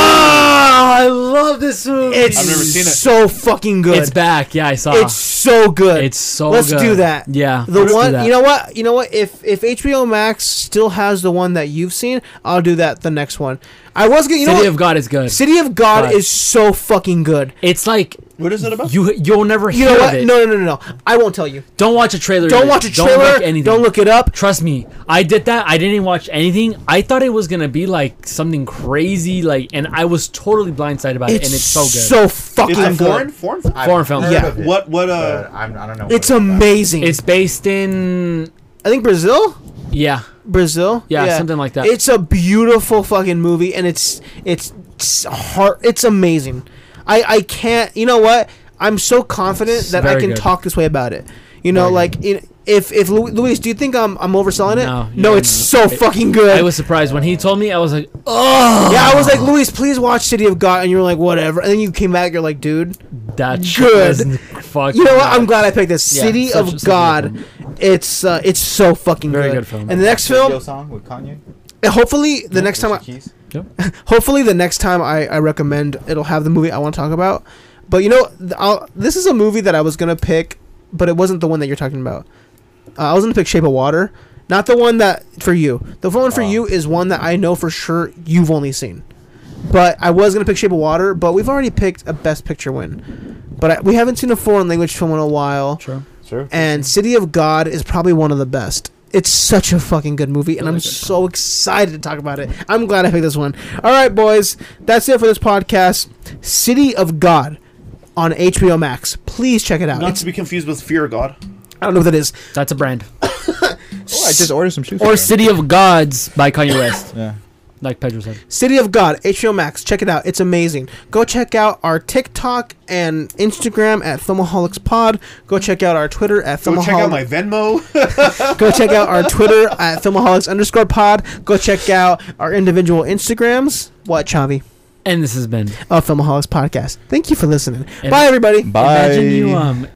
[SPEAKER 3] Oh, I love this movie.
[SPEAKER 1] It's
[SPEAKER 2] I've never seen it.
[SPEAKER 1] so fucking good.
[SPEAKER 3] It's back. Yeah, I saw.
[SPEAKER 1] It's so good.
[SPEAKER 3] Uh-huh. It's so.
[SPEAKER 1] Let's
[SPEAKER 3] good.
[SPEAKER 1] do that.
[SPEAKER 3] Yeah.
[SPEAKER 1] The
[SPEAKER 3] let's do
[SPEAKER 1] one,
[SPEAKER 3] that.
[SPEAKER 1] you know what, you know what? If if HBO Max still has the one that you've seen, I'll do that the next one. I was gonna, you
[SPEAKER 3] City
[SPEAKER 1] know,
[SPEAKER 3] of
[SPEAKER 1] what?
[SPEAKER 3] God is good.
[SPEAKER 1] City of God
[SPEAKER 3] God.
[SPEAKER 1] is so fucking good.
[SPEAKER 3] It's like
[SPEAKER 2] What is it about?
[SPEAKER 3] you. You'll never
[SPEAKER 1] You
[SPEAKER 3] hear
[SPEAKER 1] know
[SPEAKER 3] of
[SPEAKER 1] what?
[SPEAKER 3] it.
[SPEAKER 1] No, no, no, no, no. I won't tell you.
[SPEAKER 3] Don't watch a trailer.
[SPEAKER 1] Don't watch a trailer. Don't
[SPEAKER 3] Don't look anything.
[SPEAKER 1] look it up.
[SPEAKER 3] Trust me, I did that. I didn't watch anything. I thought it was gonna be like something crazy, like, and I was totally blindsided by it,
[SPEAKER 1] It's,
[SPEAKER 3] and it's so good.
[SPEAKER 1] So fucking
[SPEAKER 2] it's a
[SPEAKER 1] good.
[SPEAKER 2] foreign foreign. film?
[SPEAKER 4] I've
[SPEAKER 3] Foreign film.
[SPEAKER 4] heard
[SPEAKER 1] Yeah.
[SPEAKER 4] of it,
[SPEAKER 2] What what
[SPEAKER 4] but
[SPEAKER 2] uh?
[SPEAKER 4] I'm, I don't know. what
[SPEAKER 1] It's
[SPEAKER 4] about.
[SPEAKER 1] amazing.
[SPEAKER 3] it's based in,
[SPEAKER 1] I think Brazil,
[SPEAKER 3] yeah,
[SPEAKER 1] Brazil.
[SPEAKER 3] Yeah, something like that.
[SPEAKER 1] It's a beautiful fucking movie, and it's it's, it's heart. It's amazing. I I can't. You know what? I'm so confident
[SPEAKER 3] It's
[SPEAKER 1] that I
[SPEAKER 3] very
[SPEAKER 1] can
[SPEAKER 3] good.
[SPEAKER 1] talk this way about it. You know,
[SPEAKER 3] Very
[SPEAKER 1] like in, if if Lu- Luis, do you think I'm I'm overselling it?
[SPEAKER 3] No,
[SPEAKER 1] no,
[SPEAKER 3] you're
[SPEAKER 1] it's
[SPEAKER 3] not.
[SPEAKER 1] so fucking good.
[SPEAKER 3] I was surprised when he told me. I was like, oh,
[SPEAKER 1] yeah, I was like, Luis, please watch City of God, and you were like, whatever. And then you came back, you're like, dude,
[SPEAKER 3] that shit
[SPEAKER 1] good.
[SPEAKER 3] was n- fucking
[SPEAKER 1] you know what? I'm
[SPEAKER 3] nuts.
[SPEAKER 1] glad I picked this.
[SPEAKER 3] Yeah,
[SPEAKER 1] City
[SPEAKER 3] such-
[SPEAKER 1] of
[SPEAKER 3] such a good
[SPEAKER 1] God.
[SPEAKER 3] film.
[SPEAKER 1] It's uh, it's so fucking
[SPEAKER 3] Very
[SPEAKER 1] good.
[SPEAKER 3] good film.
[SPEAKER 1] And the next
[SPEAKER 4] Video
[SPEAKER 1] film,
[SPEAKER 4] song with Kanye.
[SPEAKER 1] hopefully, the next time I,
[SPEAKER 4] Alicia Keys.
[SPEAKER 1] hopefully the next time I, I recommend it'll have the movie I want to talk about. But you know, th- I'll, this is a movie that I was gonna pick, but it wasn't the one that you're talking about. Uh, I was gonna pick Shape of Water, not the one that for you. The one for
[SPEAKER 4] Oh.
[SPEAKER 1] you is one that I know for sure you've only seen. But I was gonna pick Shape of Water, but we've already picked a Best Picture win. But I, we haven't seen a foreign language film in a while,
[SPEAKER 3] True.
[SPEAKER 2] Mm-hmm.
[SPEAKER 4] Sure.
[SPEAKER 1] and City of God is probably one of the best. It's such a fucking good movie, and I'm so excited to talk about it. I'm glad I picked this one. All right, boys, that's it for this podcast. City of God on HBO Max. Please check it out.
[SPEAKER 2] Not
[SPEAKER 1] It's,
[SPEAKER 2] to be confused with Fear God.
[SPEAKER 1] I don't know what that is.
[SPEAKER 3] That's a brand.
[SPEAKER 4] Oh, I just ordered some shoes. for
[SPEAKER 3] Or
[SPEAKER 4] him.
[SPEAKER 3] City of Gods by Kanye West,
[SPEAKER 4] Yeah.
[SPEAKER 3] like Pedro said.
[SPEAKER 1] City of God, HBO Max. Check it out. It's amazing. Go check out our TikTok and Instagram at Thumbaholics Pod. Go check out our Twitter at
[SPEAKER 2] Go
[SPEAKER 1] Thumbaholics.
[SPEAKER 2] check out my Venmo.
[SPEAKER 1] Go check out our Twitter at Thumbaholics underscore pod. Go check out our individual Instagrams. What, Chavi?
[SPEAKER 3] And this has been.
[SPEAKER 1] Of Thumbaholics Podcast. Thank you for listening.
[SPEAKER 3] And-
[SPEAKER 1] Bye, everybody.
[SPEAKER 4] Bye.
[SPEAKER 3] Imagine you um